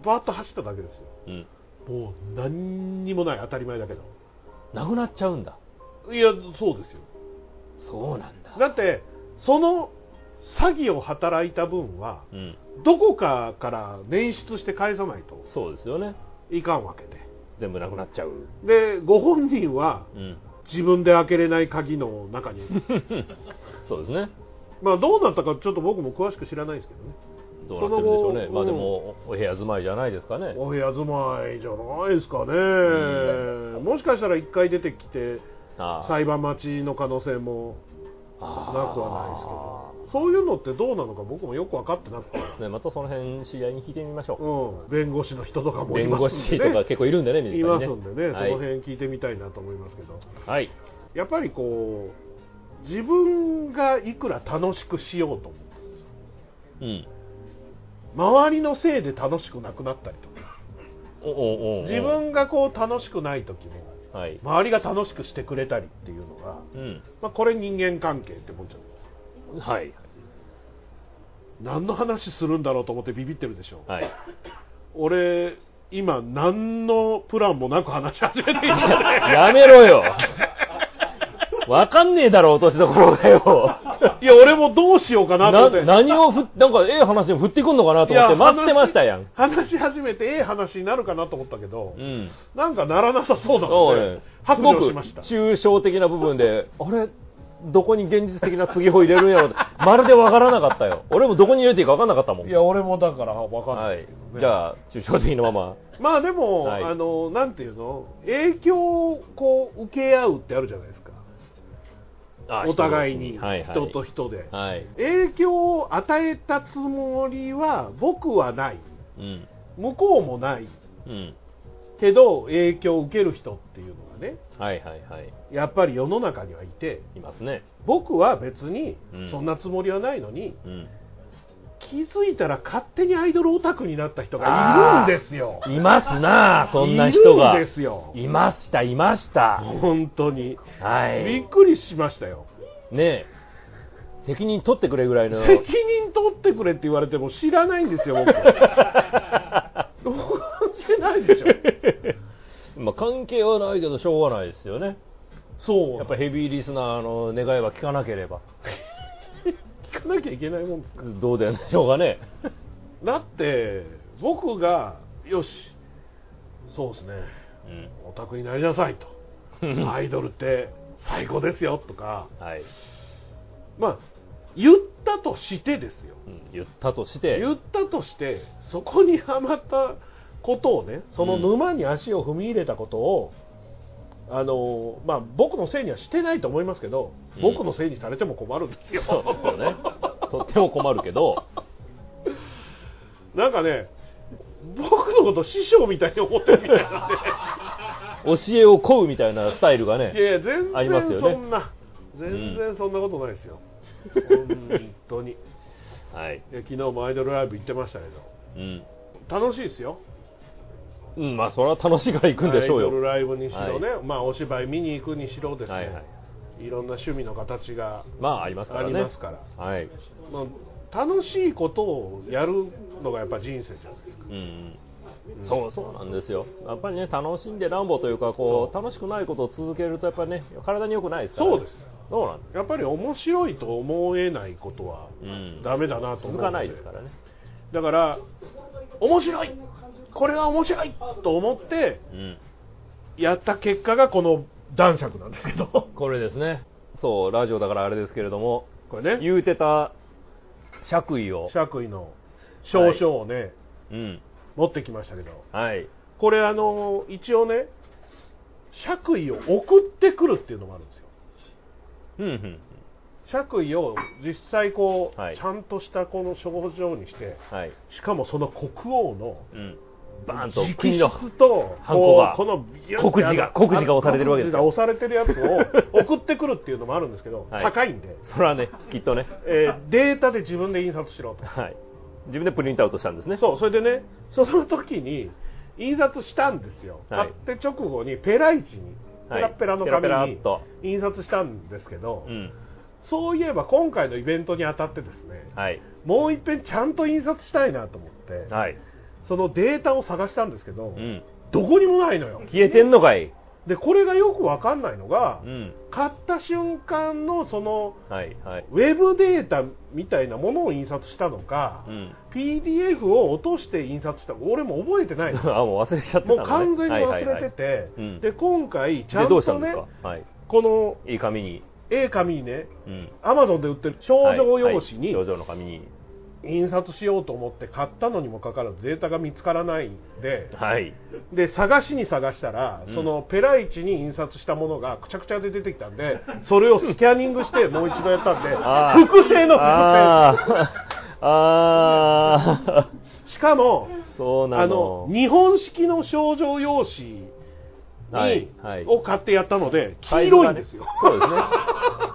B: バーッと走っただけですよ
A: うん
B: もう何にもない当たり前だけど
A: なくなっちゃうんだ
B: いやそうですよ
A: そうなんだ
B: だってその詐欺を働いた分は
A: うん
B: どこかから捻出して返さないと
A: そうですよね
B: いかんわけで
A: 全部なくなっちゃう
B: でご本人は
A: うん
B: 自分で開けれない鍵の中 に
A: そうですね
B: まあどうなったかちょっと僕も詳しく知らないですけどね
A: どうなってるんでしょう
B: その
A: ね
B: 後
A: まあでもお部屋住まいじゃないですかね
B: お部屋住まいじゃないですかねもしかしたら一回出てきて
A: あ
B: 裁判待ちの可能性も
A: なく
B: なくはないですけどそういうのってどうなのか僕もよく分かってなくて、
A: ね、またその辺知り合いに聞いてみましょ
B: うん、弁護士の人とか
A: う、
B: もい
A: 弁
B: ま
A: 護
B: すん
A: 士
B: で、ね、
A: とか結構いるんでね身
B: い
A: 近
B: ま
A: に
B: すんでね、
A: はい、
B: その辺聞いてみたいなと思いますけど
A: はい
B: やっぱりこう自分がいくら楽しくしようと思っ
A: う
B: て
A: ん
B: 周りのせいで楽しくなくなったりとか
A: おおおお
B: 自分がこう楽しくない時も
A: はい、
B: 周りが楽しくしてくれたりっていうのが、
A: うん
B: まあ、これ人間関係ってもんじゃないですか
A: はい
B: 何の話するんだろうと思ってビビってるでしょ、
A: はい
B: 俺今何のプランもなく話し始めていて
A: やめろよわかんねえだろ落としどころがよ
B: いや俺もどうしよう かなと思
A: な
B: って
A: 何をふなんかええ話でも振ってくんのかなと思って待ってましたやん
B: 話し始めてええ話になるかなと思ったけど、
A: うん
B: なんかならなさそうだ
A: そ
B: の
A: う
B: で
A: ね
B: 発
A: すご
B: 表
A: く
B: しました
A: 抽象的な部分であれどこに現実的な継ぎを入れるんやろってまるでわからなかったよ俺もどこに入れていいかわかんなかったもん
B: いや俺もだから分かんな
A: はいい
B: ですけどね、、
A: じゃあ抽象的のまま
B: まあでも、
A: はい
B: あのなんていうの影響をこう受け合うってあるじゃないですか
A: あ
B: お互い
A: 人
B: に
A: 同士はいはい
B: 人と人で、
A: はい、
B: 影響を与えたつもりは僕はない
A: うん
B: 向こうもない
A: うん、
B: けど影響を受ける人っていうのがね
A: はいはいはい
B: やっぱり世の中にはいて
A: いますね
B: 僕は別に
A: うん
B: そんなつもりはないのに、
A: うん
B: 気づいたら勝手にアイドルオタクになった人がいるんですよ
A: いますなあそんな人が
B: いるんですよ
A: いましたいました
B: 本当に
A: は
B: びっ
A: い
B: くりしましたよ
A: ねえ責任取ってくれぐらいの
B: 責 任取ってくれって言われても知らないんですよ僕知らないでしょ
A: まあ関係はないけどしょうがないですよね
B: そう
A: やっぱヘビーリスナーの願いは聞かなければ
B: 聞かなきゃいけないもんです
A: どうでしょうかね
B: だって僕がよしそうですねオタクになりなさいと
A: うん
B: アイドルって最高ですよとか
A: はい、
B: まあ言ったとしてですよ
A: うん言ったとして
B: 言ったとしてそこにはまったことをねその沼に足を踏み入れたことを、あのまあ、僕のせいにはしてないと思いますけど、
A: うん
B: 僕のせいにされても困るんですよ
A: そうですよねとっても困るけど
B: なんかね僕のこと師匠みたいに思ってるみたいなんで
A: 教えを請うみたいなスタイルが
B: い や
A: ね
B: いや全
A: ありますよ
B: 然
A: ね
B: そんな、全然そんなことないですよ、本当にい
A: はい、
B: や昨日もアイドルライブ行ってましたけ
A: うん
B: ど楽しいですよ
A: うん、まあそれは楽しいから行くんでしょう
B: アイドル
A: よ
B: ライブにしろね、まあ、お芝居見に行くにしろですね、
A: はいいはい
B: ろんな趣味の形が
A: まあありますか
B: あ
A: ら
B: り
A: ね
B: ますから、
A: はい、
B: まあ、楽しいことをやるのがやっぱ人生じゃないですか、
A: うん
B: ん
A: そうそうなんですよやっぱりね楽しんでなんぼというかこう楽しくないことを続けるとやっぱりね体に良くないですから、ね、
B: そうです
A: そうなんで
B: やっぱり面白いと思えないことは
A: す、うん、
B: ダメだなと思うの
A: 続かないですからね
B: だから面白いこれが面白いと思って
A: うん
B: やった結果がこの男爵なんですけど
A: これですねそうラジオだからあれですけれども
B: これね
A: 言うてた爵位を
B: 爵位の少々をね、
A: うん
B: 持ってきましたけど
A: はい
B: これあの一応ね爵位を送ってくるっていうのもあるんですよ
A: うんうん
B: 爵位を実際こう、
A: はい
B: ちゃんとしたこの症状にして
A: はい
B: しかもその国王の
A: うんバーンと
B: 直
A: 国の
B: 筆と
A: ハンコが
B: こうこのビュッて
A: 告示が
B: あの
A: 告示が押されてるわけですよ
B: 告示が押されてるやつを送ってくるっていうのもあるんですけど、
A: はい
B: 高いんで、
A: それはねきっとね、
B: えーデータで自分で印刷しろと
A: はい、自分でプリントアウトしたんですね
B: そうそれでねその時に印刷したんですよ、
A: はい
B: 買って直後にペライチにペ
A: はい
B: ラペラの
A: ペラ
B: 紙
A: ペラ
B: に
A: っと
B: 印刷したんですけど、
A: うん
B: そういえば今回のイベントにあたってですね、
A: はい
B: もう一遍ちゃんと印刷したいなと思って、
A: はい、
B: そのデータを探したんですけど、
A: うん、
B: どこにもないのよ
A: 消えてんのかい、
B: でこれがよくわかんないのが、
A: うん、
B: 買った瞬間のその
A: はいはい、
B: ウェブデータみたいなものを印刷したのか、
A: うん
B: PDF を落として印刷した俺も覚えてないの
A: あもう忘れちゃってた
B: も
A: の、
B: う
A: ね、
B: 完全に
A: はいはい
B: 忘
A: は
B: れ
A: い
B: てて、
A: うん
B: で今回ちゃ
A: で
B: ん
A: どうした
B: と
A: んで
B: ね
A: すか、はい、
B: この
A: いい紙に、
B: A 紙にね
A: うん、
B: アマゾンで売ってる症状用紙に
A: 表情の紙に
B: 印刷しようと思って買ったのにもかかわらずデータが見つからないんで
A: はい
B: で探しに探したら、
A: うん
B: そのペライチに印刷したものがくちゃくちゃで出てきたんでそれをスキャニングしてもう一度やったんで
A: あー
B: 複製の複
A: あーあ
B: 製しかも
A: ーそうな
B: あ
A: の
B: の日本式の症状用紙に、
A: はいはい
B: を買ってやったので黄色いんですよ、
A: サイズが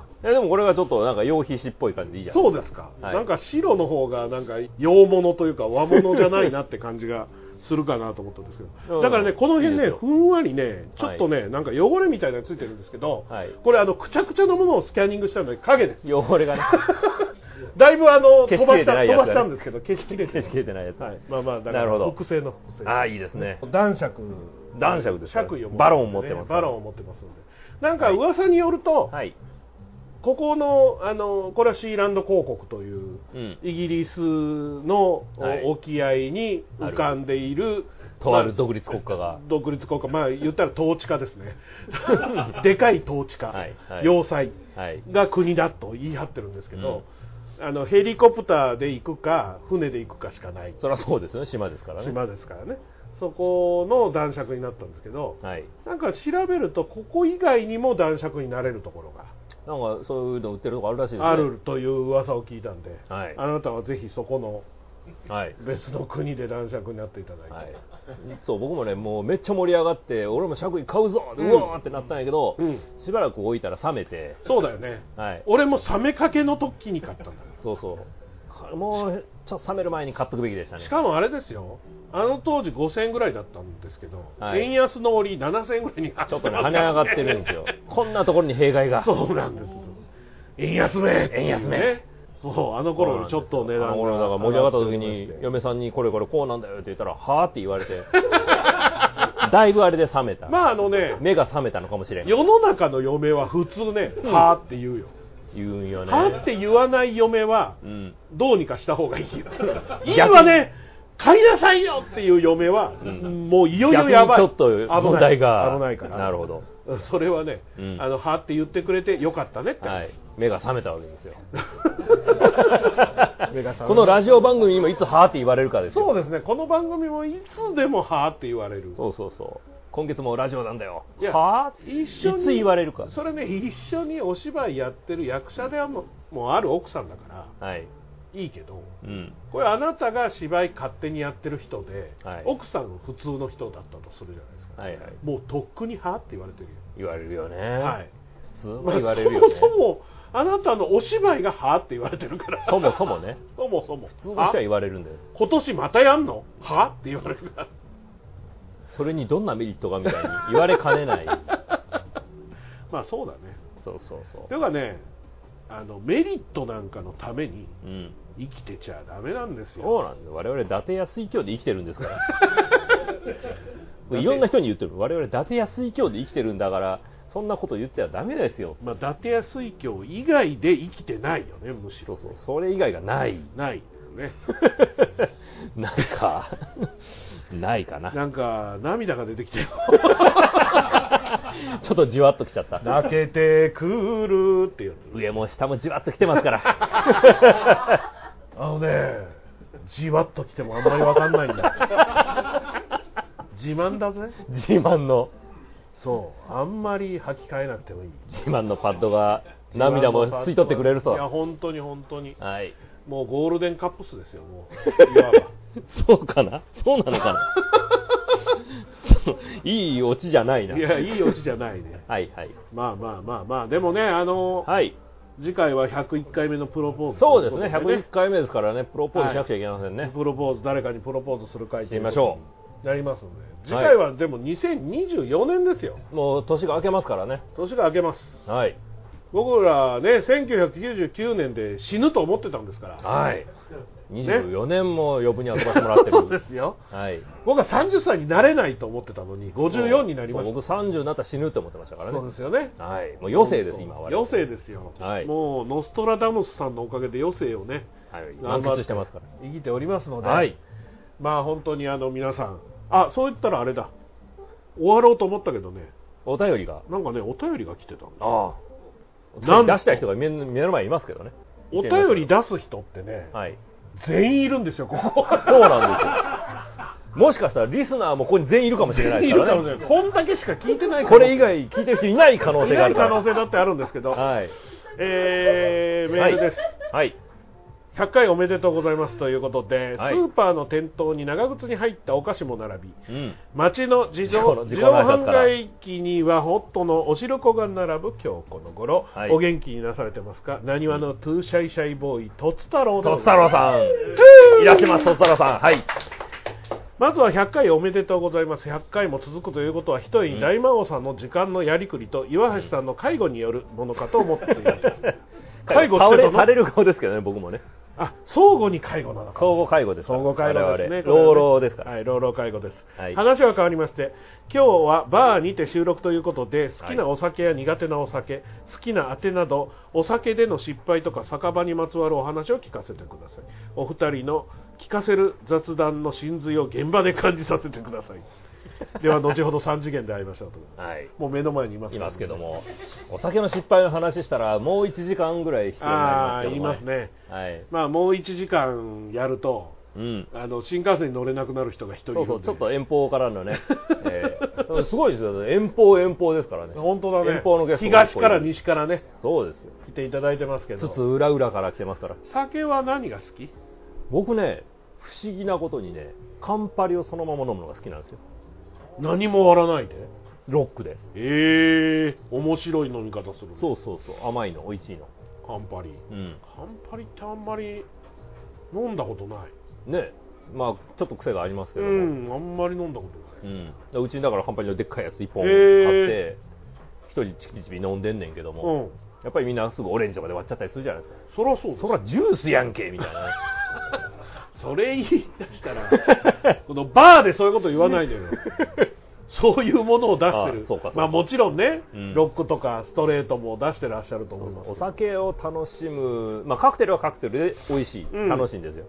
A: ねそうですねいやでもこれがちょっとなんか羊皮紙っぽい感じでいいじゃん
B: そうですか、
A: はい
B: なんか白の方がなんか洋物というか和物じゃないなって感じがするかなと思ったんですけ
A: う
B: ど
A: ん
B: だからねこの
A: い
B: 辺
A: いで
B: ね
A: すよ
B: ふんわりねちょっとね、なんか汚れみたいなのついてるんですけど、
A: はい
B: これあのくちゃくちゃのものをスキャニングしたので影です
A: 汚れがね
B: だいぶあの
A: 消
B: 飛
A: しき
B: ば
A: れ
B: してた、
A: ない
B: 飛
A: や
B: ば
A: つだね
B: したんですけど消しきれて
A: 消しきれてないやつ、
B: はい、まあまあだか
A: なるほ
B: ら
A: ど
B: 複製の複製
A: ああいいですね
B: 男爵
A: 男爵ですから
B: 爵位を持ってますんでね
A: バロンを持ってますから
B: バロンを持ってますんでなんか噂によると、
A: はい
B: ここのあのこれはシーランド公国という
A: うん
B: イギリスのお
A: はい
B: 沖合に浮かんでいる、
A: とある
B: ま
A: 独立国家が
B: 独立国家まあ言ったら統治下ですね でかい統治下、
A: はいはい
B: 要塞
A: はい
B: が国だと言い張ってるんですけど、あのヘリコプターで行くか船で行くかしかない
A: そりゃそうですよね島ですからね
B: 島ですからねそこの男爵になったんですけど、
A: はい
B: なんか調べるとここ以外にも男爵になれるところが
A: なんかそういうの売ってるとこあるらしいですね
B: あるという噂を聞いたんで、
A: はい
B: あなたはぜひそこの
A: はい
B: 別の国で男爵になっていただいて、
A: はい、そう僕もねもうめっちゃ盛り上がって俺も爵位買うぞって、う
B: うん
A: わーってなったんやけど、
B: うん
A: しばらく置いたら冷めて、
B: そうだよね
A: はい、
B: 俺も冷めかけの時に買ったんだよ
A: そうそうもうちょっと冷める前に買っとくべきでしたね
B: しかもあれですよあの当時5000円ぐらいだったんですけど、
A: はい
B: 円安の折7000円ぐらいに
A: ちょっとね跳ね上がってるんですよこんなところに弊害が
B: そうなんです円安め
A: 円安め
B: ねそうあの頃よりちょっと値段
A: あの頃だから盛り上がった時に嫁さんにこれこれこうなんだよって言ったらはあって言われて だいぶあれで冷めた、
B: まああのね
A: 目が覚めたのかもしれん
B: 世の中の嫁は普通ね「はあ」って言うよ
A: 言うん
B: 「
A: よね
B: はあ」って言わない嫁は
A: うん
B: どうにかした方がいいよいいわね買いなさいよっていう嫁は、
A: うん
B: もういよいよやばい
A: 逆にちょっと問題が
B: 危ない危ないから
A: なるほど
B: それはね、
A: うん
B: あのはって言ってくれてよかったねって、
A: はい、目が覚めたわけ ですよ
B: 目が覚めた
A: このラジオ番組にもいつはーって言われるかですよ
B: そうですねこの番組もいつでもはって言われる
A: そうそうそう今月もラジオなんだよ
B: いや
A: はー
B: 一緒に
A: いつ言われるか
B: それね一緒にお芝居やってる役者でももうある奥さんだか
A: はい
B: らいいけど
A: うん
B: これあなたが芝居勝手にやってる人で、
A: はい
B: 奥さん普通の人だったとするじゃないですか、
A: はいはい
B: もうとっくにはって言われてるよ
A: 言われるよね、
B: はい
A: 普通
B: ま
A: は
B: あ
A: 言われるよね、
B: そもそもあなたのお芝居が「はって言われてるから
A: そもそもね
B: そもそも
A: 普通の人は言
B: は
A: われるんだよ
B: 今年またやんのはって言われるから
A: それにどんなメリットがみたいに言われかねない
B: まあそうだね
A: そうそうそ
B: というかねあのメリットなんかのために
A: ううん
B: 生きてちゃダメなんです
A: そう
B: よ
A: なんです我々伊達や水教で生きてるんですから いろんな人に言ってる我々伊達や水教で生きてるんだからそんなこと言ってはダメですよ
B: まあ、伊達や水郷以外で生きてないよねむし
A: そ
B: ろ
A: うそうそれ以外がない
B: ないね
A: ないかないかな
B: なんか涙が出てきて
A: ちょっとじわっときちゃった
B: 泣けてくるってやつ
A: 上も下もじわっときてますから
B: あのね、じわっと来てもあんまりわかんないんだ。自慢だぜ。
A: 自慢の
B: そう、あんまり履き替えなくてもいい。
A: 自慢のパッドが涙も吸い取ってくれるそう
B: いや、本当に本当に。
A: はい
B: もうゴールデンカップスですよ、もう。いわば
A: そうかなそうなのかな そういいオチじゃないな。
B: いやいいオチじゃないね
A: はいはい。
B: まあまあまあまあでもねあの、
A: はい。
B: 次回は101回目のプロポーズ
A: そうですね。
B: といこと
A: 101回目ですからね、プロポーズしなくちゃいけませんね。
B: プロポーズ誰かにプロポーズする会
A: してみましょ
B: うなりますので次回はでも2024年ですよ
A: もう年が明けますからね。
B: 年が明けます
A: はい。
B: 僕らね1999年で死ぬと思ってたんですから
A: はい。24年も余分に遊ばせてもらってる。
B: そうですよ
A: はい。
B: 僕は30歳になれないと思ってたのに54になりま
A: そ
B: し
A: う
B: た
A: 僕30になったら死ぬって思ってましたからね。
B: そうですよね
A: はい。もう余生です、今は。
B: 余生ですよ、
A: はい
B: もうノストラダムスさんのおかげで余生をね
A: はい。満
B: 頑張って
A: 喫してますから。
B: 生きておりますので、
A: はい。
B: まあ本当にあの皆さんあそう言ったらあれだ終わろうと思ったけどね
A: お便りが。
B: なんかねお便りが来てたんだ
A: ああ
B: なんと
A: 出した人が目の目の前にいますけどね。
B: お便り出す人ってね、
A: はい。
B: 全員いるんですよここ
A: そうなんですよ。もしかしたらリスナーもここに全員いるか もしれないですからね。
B: こんだけしか聞いてない
A: これ以外聞いてる人いない可能性があ
B: い
A: る
B: な
A: か
B: い可
A: ら。
B: 能性だってあるんですけど、
A: はい。
B: えー、メールです、
A: はい。
B: 100回おめでとうございますということで、
A: はい
B: スーパーの店頭に長靴に入ったお菓子も並び
A: うん。
B: 町の自
A: 自己
B: 動
A: の自
B: 自
A: 己
B: 動
A: の挨拶
B: 販
A: から
B: 売機にはホットのお汁粉が並ぶ今日この頃、
A: はい
B: お元気になされてますかなにわのトゥーシャイシャイボーイとつ太郎で
A: と
B: ご
A: つ
B: ざ
A: 太郎さん。
B: います
A: いらっしゃいます、とつ太郎さん。はい。
B: まずは100回おめでとうございます100回も続くということはひとえに大魔王さんの時間のやりくりと岩橋さんの介護によるものかと思っています 介護
A: 倒
B: してた
A: れ
B: の
A: される顔ですけどね、僕もね。
B: あ相互に介護なのか
A: 相互介護ですから。
B: 相互介護ですね
A: 我々老老ですから。
B: はい、老老介護です、
A: はい
B: 話は変わりまして今日はバーにて収録ということで好きなお酒や苦手なお酒、好きなあてなどお酒での失敗とか酒場にまつわるお話を聞かせてくださいお二人の聞かせる雑談の真髄を現場で感じさせてくだ さいでは後ほど3次元で会いましょうと
A: はい。
B: もう目の前にいます
A: いますけども、お酒の失敗の話したら、もう1時間ぐらい必要に
B: あ
A: な
B: あー言い
A: りま
B: ますす
A: けどね。
B: ね
A: はい。
B: まあもう1時間やると
A: うん。
B: あの新幹線に乗れなくなる人が1人いる
A: そ
B: ん
A: う
B: で
A: そう、ちょっと遠方からの ね、えーすごいですよ、遠方、遠方ですからね、
B: 本当だね
A: 遠方のゲストも
B: 東から西からね
A: そうですよ、
B: 来ていただいてますけど
A: つつ裏裏から来てますから、
B: 酒は何が好き
A: 僕ね、不思議なことにね、カンパリをそのまま飲むのが好きなんですよ、
B: 何も割らないで
A: ロックで、
B: ええ面白い飲み方する
A: そううそうそう、甘いの、美味しいの、
B: カンパリ
A: うん、
B: カンパリってあんまり飲んだことない
A: ね、まあ、ちょっと癖がありますけ
B: う
A: ども、うん
B: んあんまり飲んだことないう
A: ちにだからカンパリのでっかいやつ1本
B: へ
A: 買って
B: ー、
A: 一人チキチキ飲んでんねんけど
B: う
A: も、
B: ん
A: やっぱりみんなすぐオレンジとかで割っちゃったりするじゃないですか、
B: そらそうだ
A: そらジュースやんけみたいなね。
B: それ言い出したら このバーでそういうこと言わないのよ そういうものを出してる
A: あそうかそうか
B: まあもちろんね、
A: うん
B: ロックとかストレートも出してらっしゃると思いますけど
A: お酒を楽しむ、まあ、カクテルはカクテルで美味しい、
B: うん
A: 楽しいんですよ、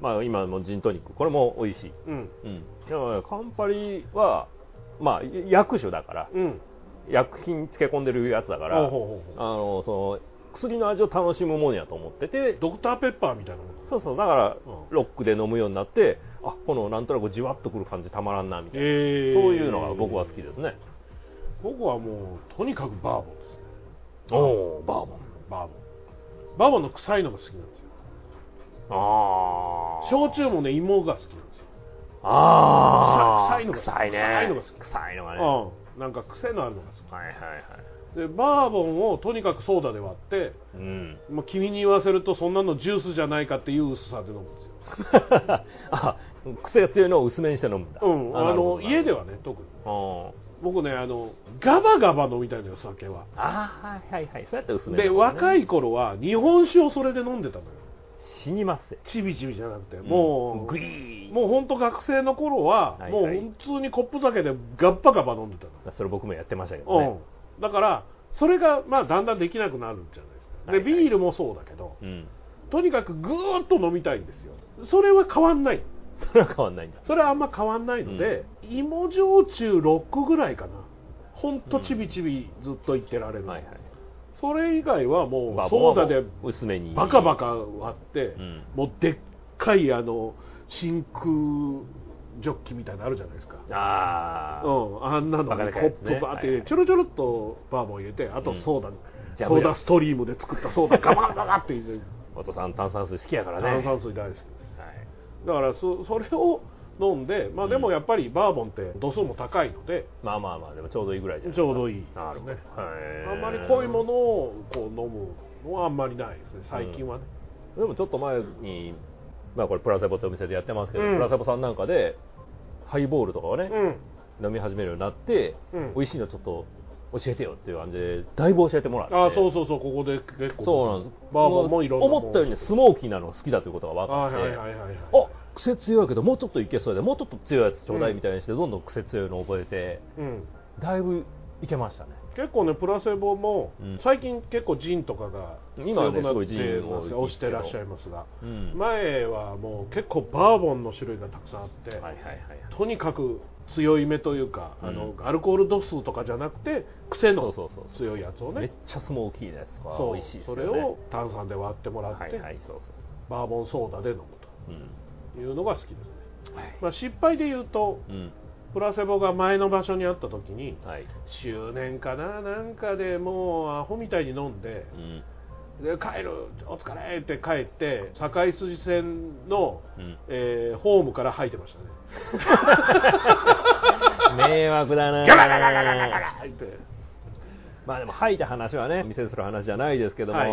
A: まあ、今のジントニックこれも美味しい、
B: うん
A: うん、だからカンパリは、まあ、薬酒だから
B: うん
A: 薬品漬け込んでるやつだから
B: ほうほうほうほう
A: あのその薬の味を楽しむものやと思ってて
B: ドクターペッパーみたいなもの
A: そうそうだから
B: うん
A: ロックで飲むようになってあこのなんとなくじわっとくる感じたまらんなみたいな、
B: えー
A: そういうのが僕は好きですね
B: 僕はもうとにかくバーボンですね
A: おおバーボン
B: バーボンバーボンの臭いのが好きなんですよ
A: ああ
B: 焼酎もね芋が好きなんですよ、
A: ああ
B: 臭いのが
A: 臭いね
B: 臭いのが好き
A: 臭いのがねは
B: うん、なんか癖のあるのが好
A: いはいはい
B: きでバーボンをとにかくソーダで割って、
A: うん
B: まあ、君に言わせるとそんなのジュースじゃないかっていう薄さで飲むんですよ、
A: あ癖が強いのを薄めにして飲むんだ
B: うん、あ
A: なるほど
B: の家ではね特に
A: うん
B: 僕ねあのガバガバ飲みたいのよ酒は
A: ああはいはいはいそうやって薄め
B: で
A: るのね
B: 若い頃は日本酒をそれで飲んでたのよ
A: 死にますよ
B: ちびちびじゃなくてもう、
A: グイー
B: もう本当学生の頃は、
A: はい
B: もう
A: はい
B: 普通にコップ酒でガッパガバ飲んでた
A: それ僕もやってましたけど
B: の、
A: ね
B: うん、だからそれがまあだんだんできなくなるんじゃないですか、
A: はいはい
B: でビールもそうだけど
A: うん
B: とにかくぐーっと飲みたいんですよそれは変わんない
A: それは変わんないんだ
B: それはあんま変わんないので、芋焼酎6個ぐらいかなほんとちびちびずっといってられる、
A: はいはい
B: それ以外はも
A: バ
B: う
A: ボンは
B: ソーダ
A: も
B: で
A: う薄めに
B: バカバカ割って、
A: うん
B: もうでっかいあの真空ジョッキみたいなのあるじゃないですか
A: ああ
B: うん、あんなの
A: バカ
B: に
A: で
B: コ
A: かい
B: ッ
A: や
B: プ
A: つね
B: バーっ
A: はいは
B: て
A: い
B: ちょろちょろっとバーボン入れてあとソーダ、
A: ジャ
B: ソ
A: ム
B: ー
A: や
B: ダストリームで作ったソーダガバガバって入れて
A: お父さん炭酸水好きやからね
B: 炭酸水大好きです
A: はい
B: だからそそれを飲んで、まあ、でもやっぱりバーボンって度数も高いので、
A: まあまあまあでもちょうどいいぐらいじゃない
B: ちょうどいいですね
A: なるほどへー
B: あんまり濃いものをこう飲むのはあんまりないですね最近はね、
A: でもちょっと前に、まあ、これプラセボってお店でやってますけど、
B: うん
A: プラセボさんなんかでハイボールとかをね、
B: うん
A: 飲み始めるようになって、
B: うん
A: 美味しいのちょっと教えてよっていう感じでだいぶ教えてもらって
B: あそうそうそうここで結構
A: そうなんです
B: バーボンもいろんなもの
A: 思ったよりねスモーキーなのが好きだということが分か
B: はい
A: って、
B: はいはいはいはい
A: あ癖強いけどもうちょっといけそうでもうちょっと強いやつちょうだいみたいにして、どんどん癖強いのを覚えて
B: うん
A: だいぶいけましたね
B: 結構ねプラセボも、
A: うん
B: 最近結構ジンとかが
A: 今はね
B: 強くな
A: す
B: って
A: ごいジンを
B: ますが推してらっしゃいますが、
A: うん
B: 前はもう結構バーボンの種類がたくさんあって、
A: はいはいはいはい
B: とにかく強い目というか、あ
A: う
B: のアルコール度数とかじゃなくて癖
A: そう
B: の
A: そうそうそう
B: 強いやつを
A: めっ
B: ね
A: ちゃスモーキーなやつとか
B: そう
A: 美味しいです
B: そ
A: よね
B: れを炭酸で割ってもらって、
A: はいはいそうそう
B: バーボンソーダで飲む
A: そううん
B: というのが好きですね、
A: はい
B: まあ、失敗で言うと
A: うん
B: プラセボが前の場所にあった時に
A: はい
B: 周年かななんかでもうアホみたいに飲んで
A: うん
B: で帰るお疲れって帰って堺筋線の、
A: うん
B: えーホームから吐いてましたね
A: 迷惑だな
B: 吐いて
A: まあでも吐いた話はねお見せする話じゃないですけども、
B: はい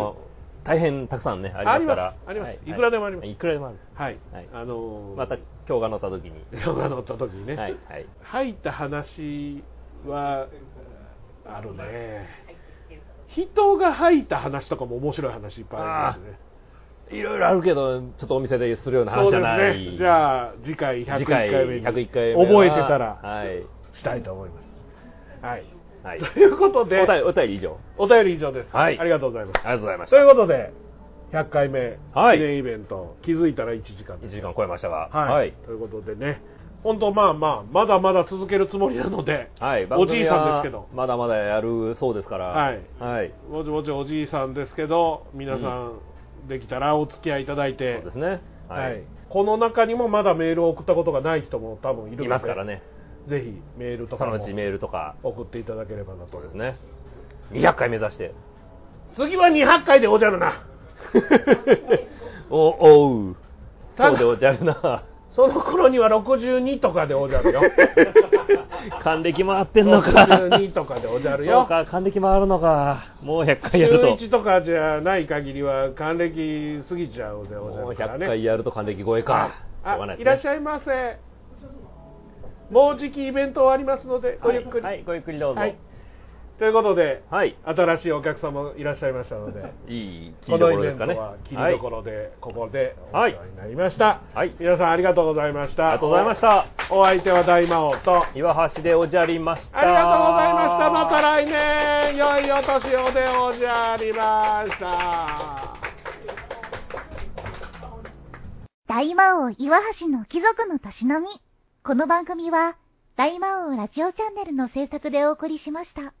A: 大変たくさんねありますから
B: ありますあり
A: はい
B: ますくらでもあります
A: いくらでもある
B: はい、
A: はい
B: あのー
A: また今日が乗った時に
B: ヨガ乗った時にね、
A: はいはい
B: 吐いた話はあるね人が吐いた話とかも面白い話いっぱいありますね
A: いろいろあるけどちょっとお店でするような話
B: そう
A: じ
B: で
A: ゃ
B: す
A: ない、
B: ねじゃあ次回101
A: 次回
B: 回目に
A: 101回目は
B: 覚えてたら
A: はい、
B: したいと思います、はい
A: はい、
B: ということで
A: お便りお便り以上
B: お便り以上です、
A: はい
B: ありがとうございます
A: ありがとうございまし
B: と
A: た
B: いうことで100回目
A: はい
B: 記念イベント、気づいたら1時間で
A: 1
B: す
A: 時間超えましたが
B: はい、
A: はい、
B: ということでね本当まあまあまだまだ続けるつもりなので、
A: はい
B: おじいさん
A: 番組は
B: ですけど
A: まだまだやるそうですから
B: はい
A: はい、
B: もちもちおじいさんですけど皆さん、できたらお付き合いいただいて
A: そうですね
B: はいこの中にもまだメールを送ったことがない人も多分いるので
A: いますからね
B: ぜひメールと
A: そ
B: か
A: の
B: も
A: うちメールとか
B: 送っていただければなと
A: そうですね200回目指 して
B: 次は200回でおじゃるな
A: おおう
B: た
A: そ
B: だ
A: うでおじゃる な
B: その頃には62とかでおじゃるよ
A: 還暦回ってんのか
B: 62とかでおじゃる
A: そう
B: よ
A: か還暦回るのかもう100回やると
B: 11とかじゃない限りは還暦過ぎちゃうでおじゃ
A: もう
B: るから
A: 100
B: ね
A: 回やると還暦超えかしょうが
B: あ
A: ない
B: いらっし
A: ゃい
B: ゃいませもうじきイベント終わりますのでごゆっくり、
A: はいごゆっくりどうぞ
B: はいということで
A: はい
B: 新しいお客様もいらっしゃいましたので
A: いい切
B: こ
A: りど
B: の
A: こ
B: イ
A: ろで
B: ベン
A: す
B: ト
A: かね
B: は切りどころで、ここでお
A: はい
B: 世話になりました、
A: はい
B: 皆さんありがとうございました
A: ありがとうございました
B: おお相手は大魔王と
A: 岩橋でおじゃりました
B: ありがとうございましたまた来年良いお年をでおじゃりました
E: 大魔王岩橋の貴族のたしなみ。この番組は、大魔王ラジオチャンネルの制作でお送りしました。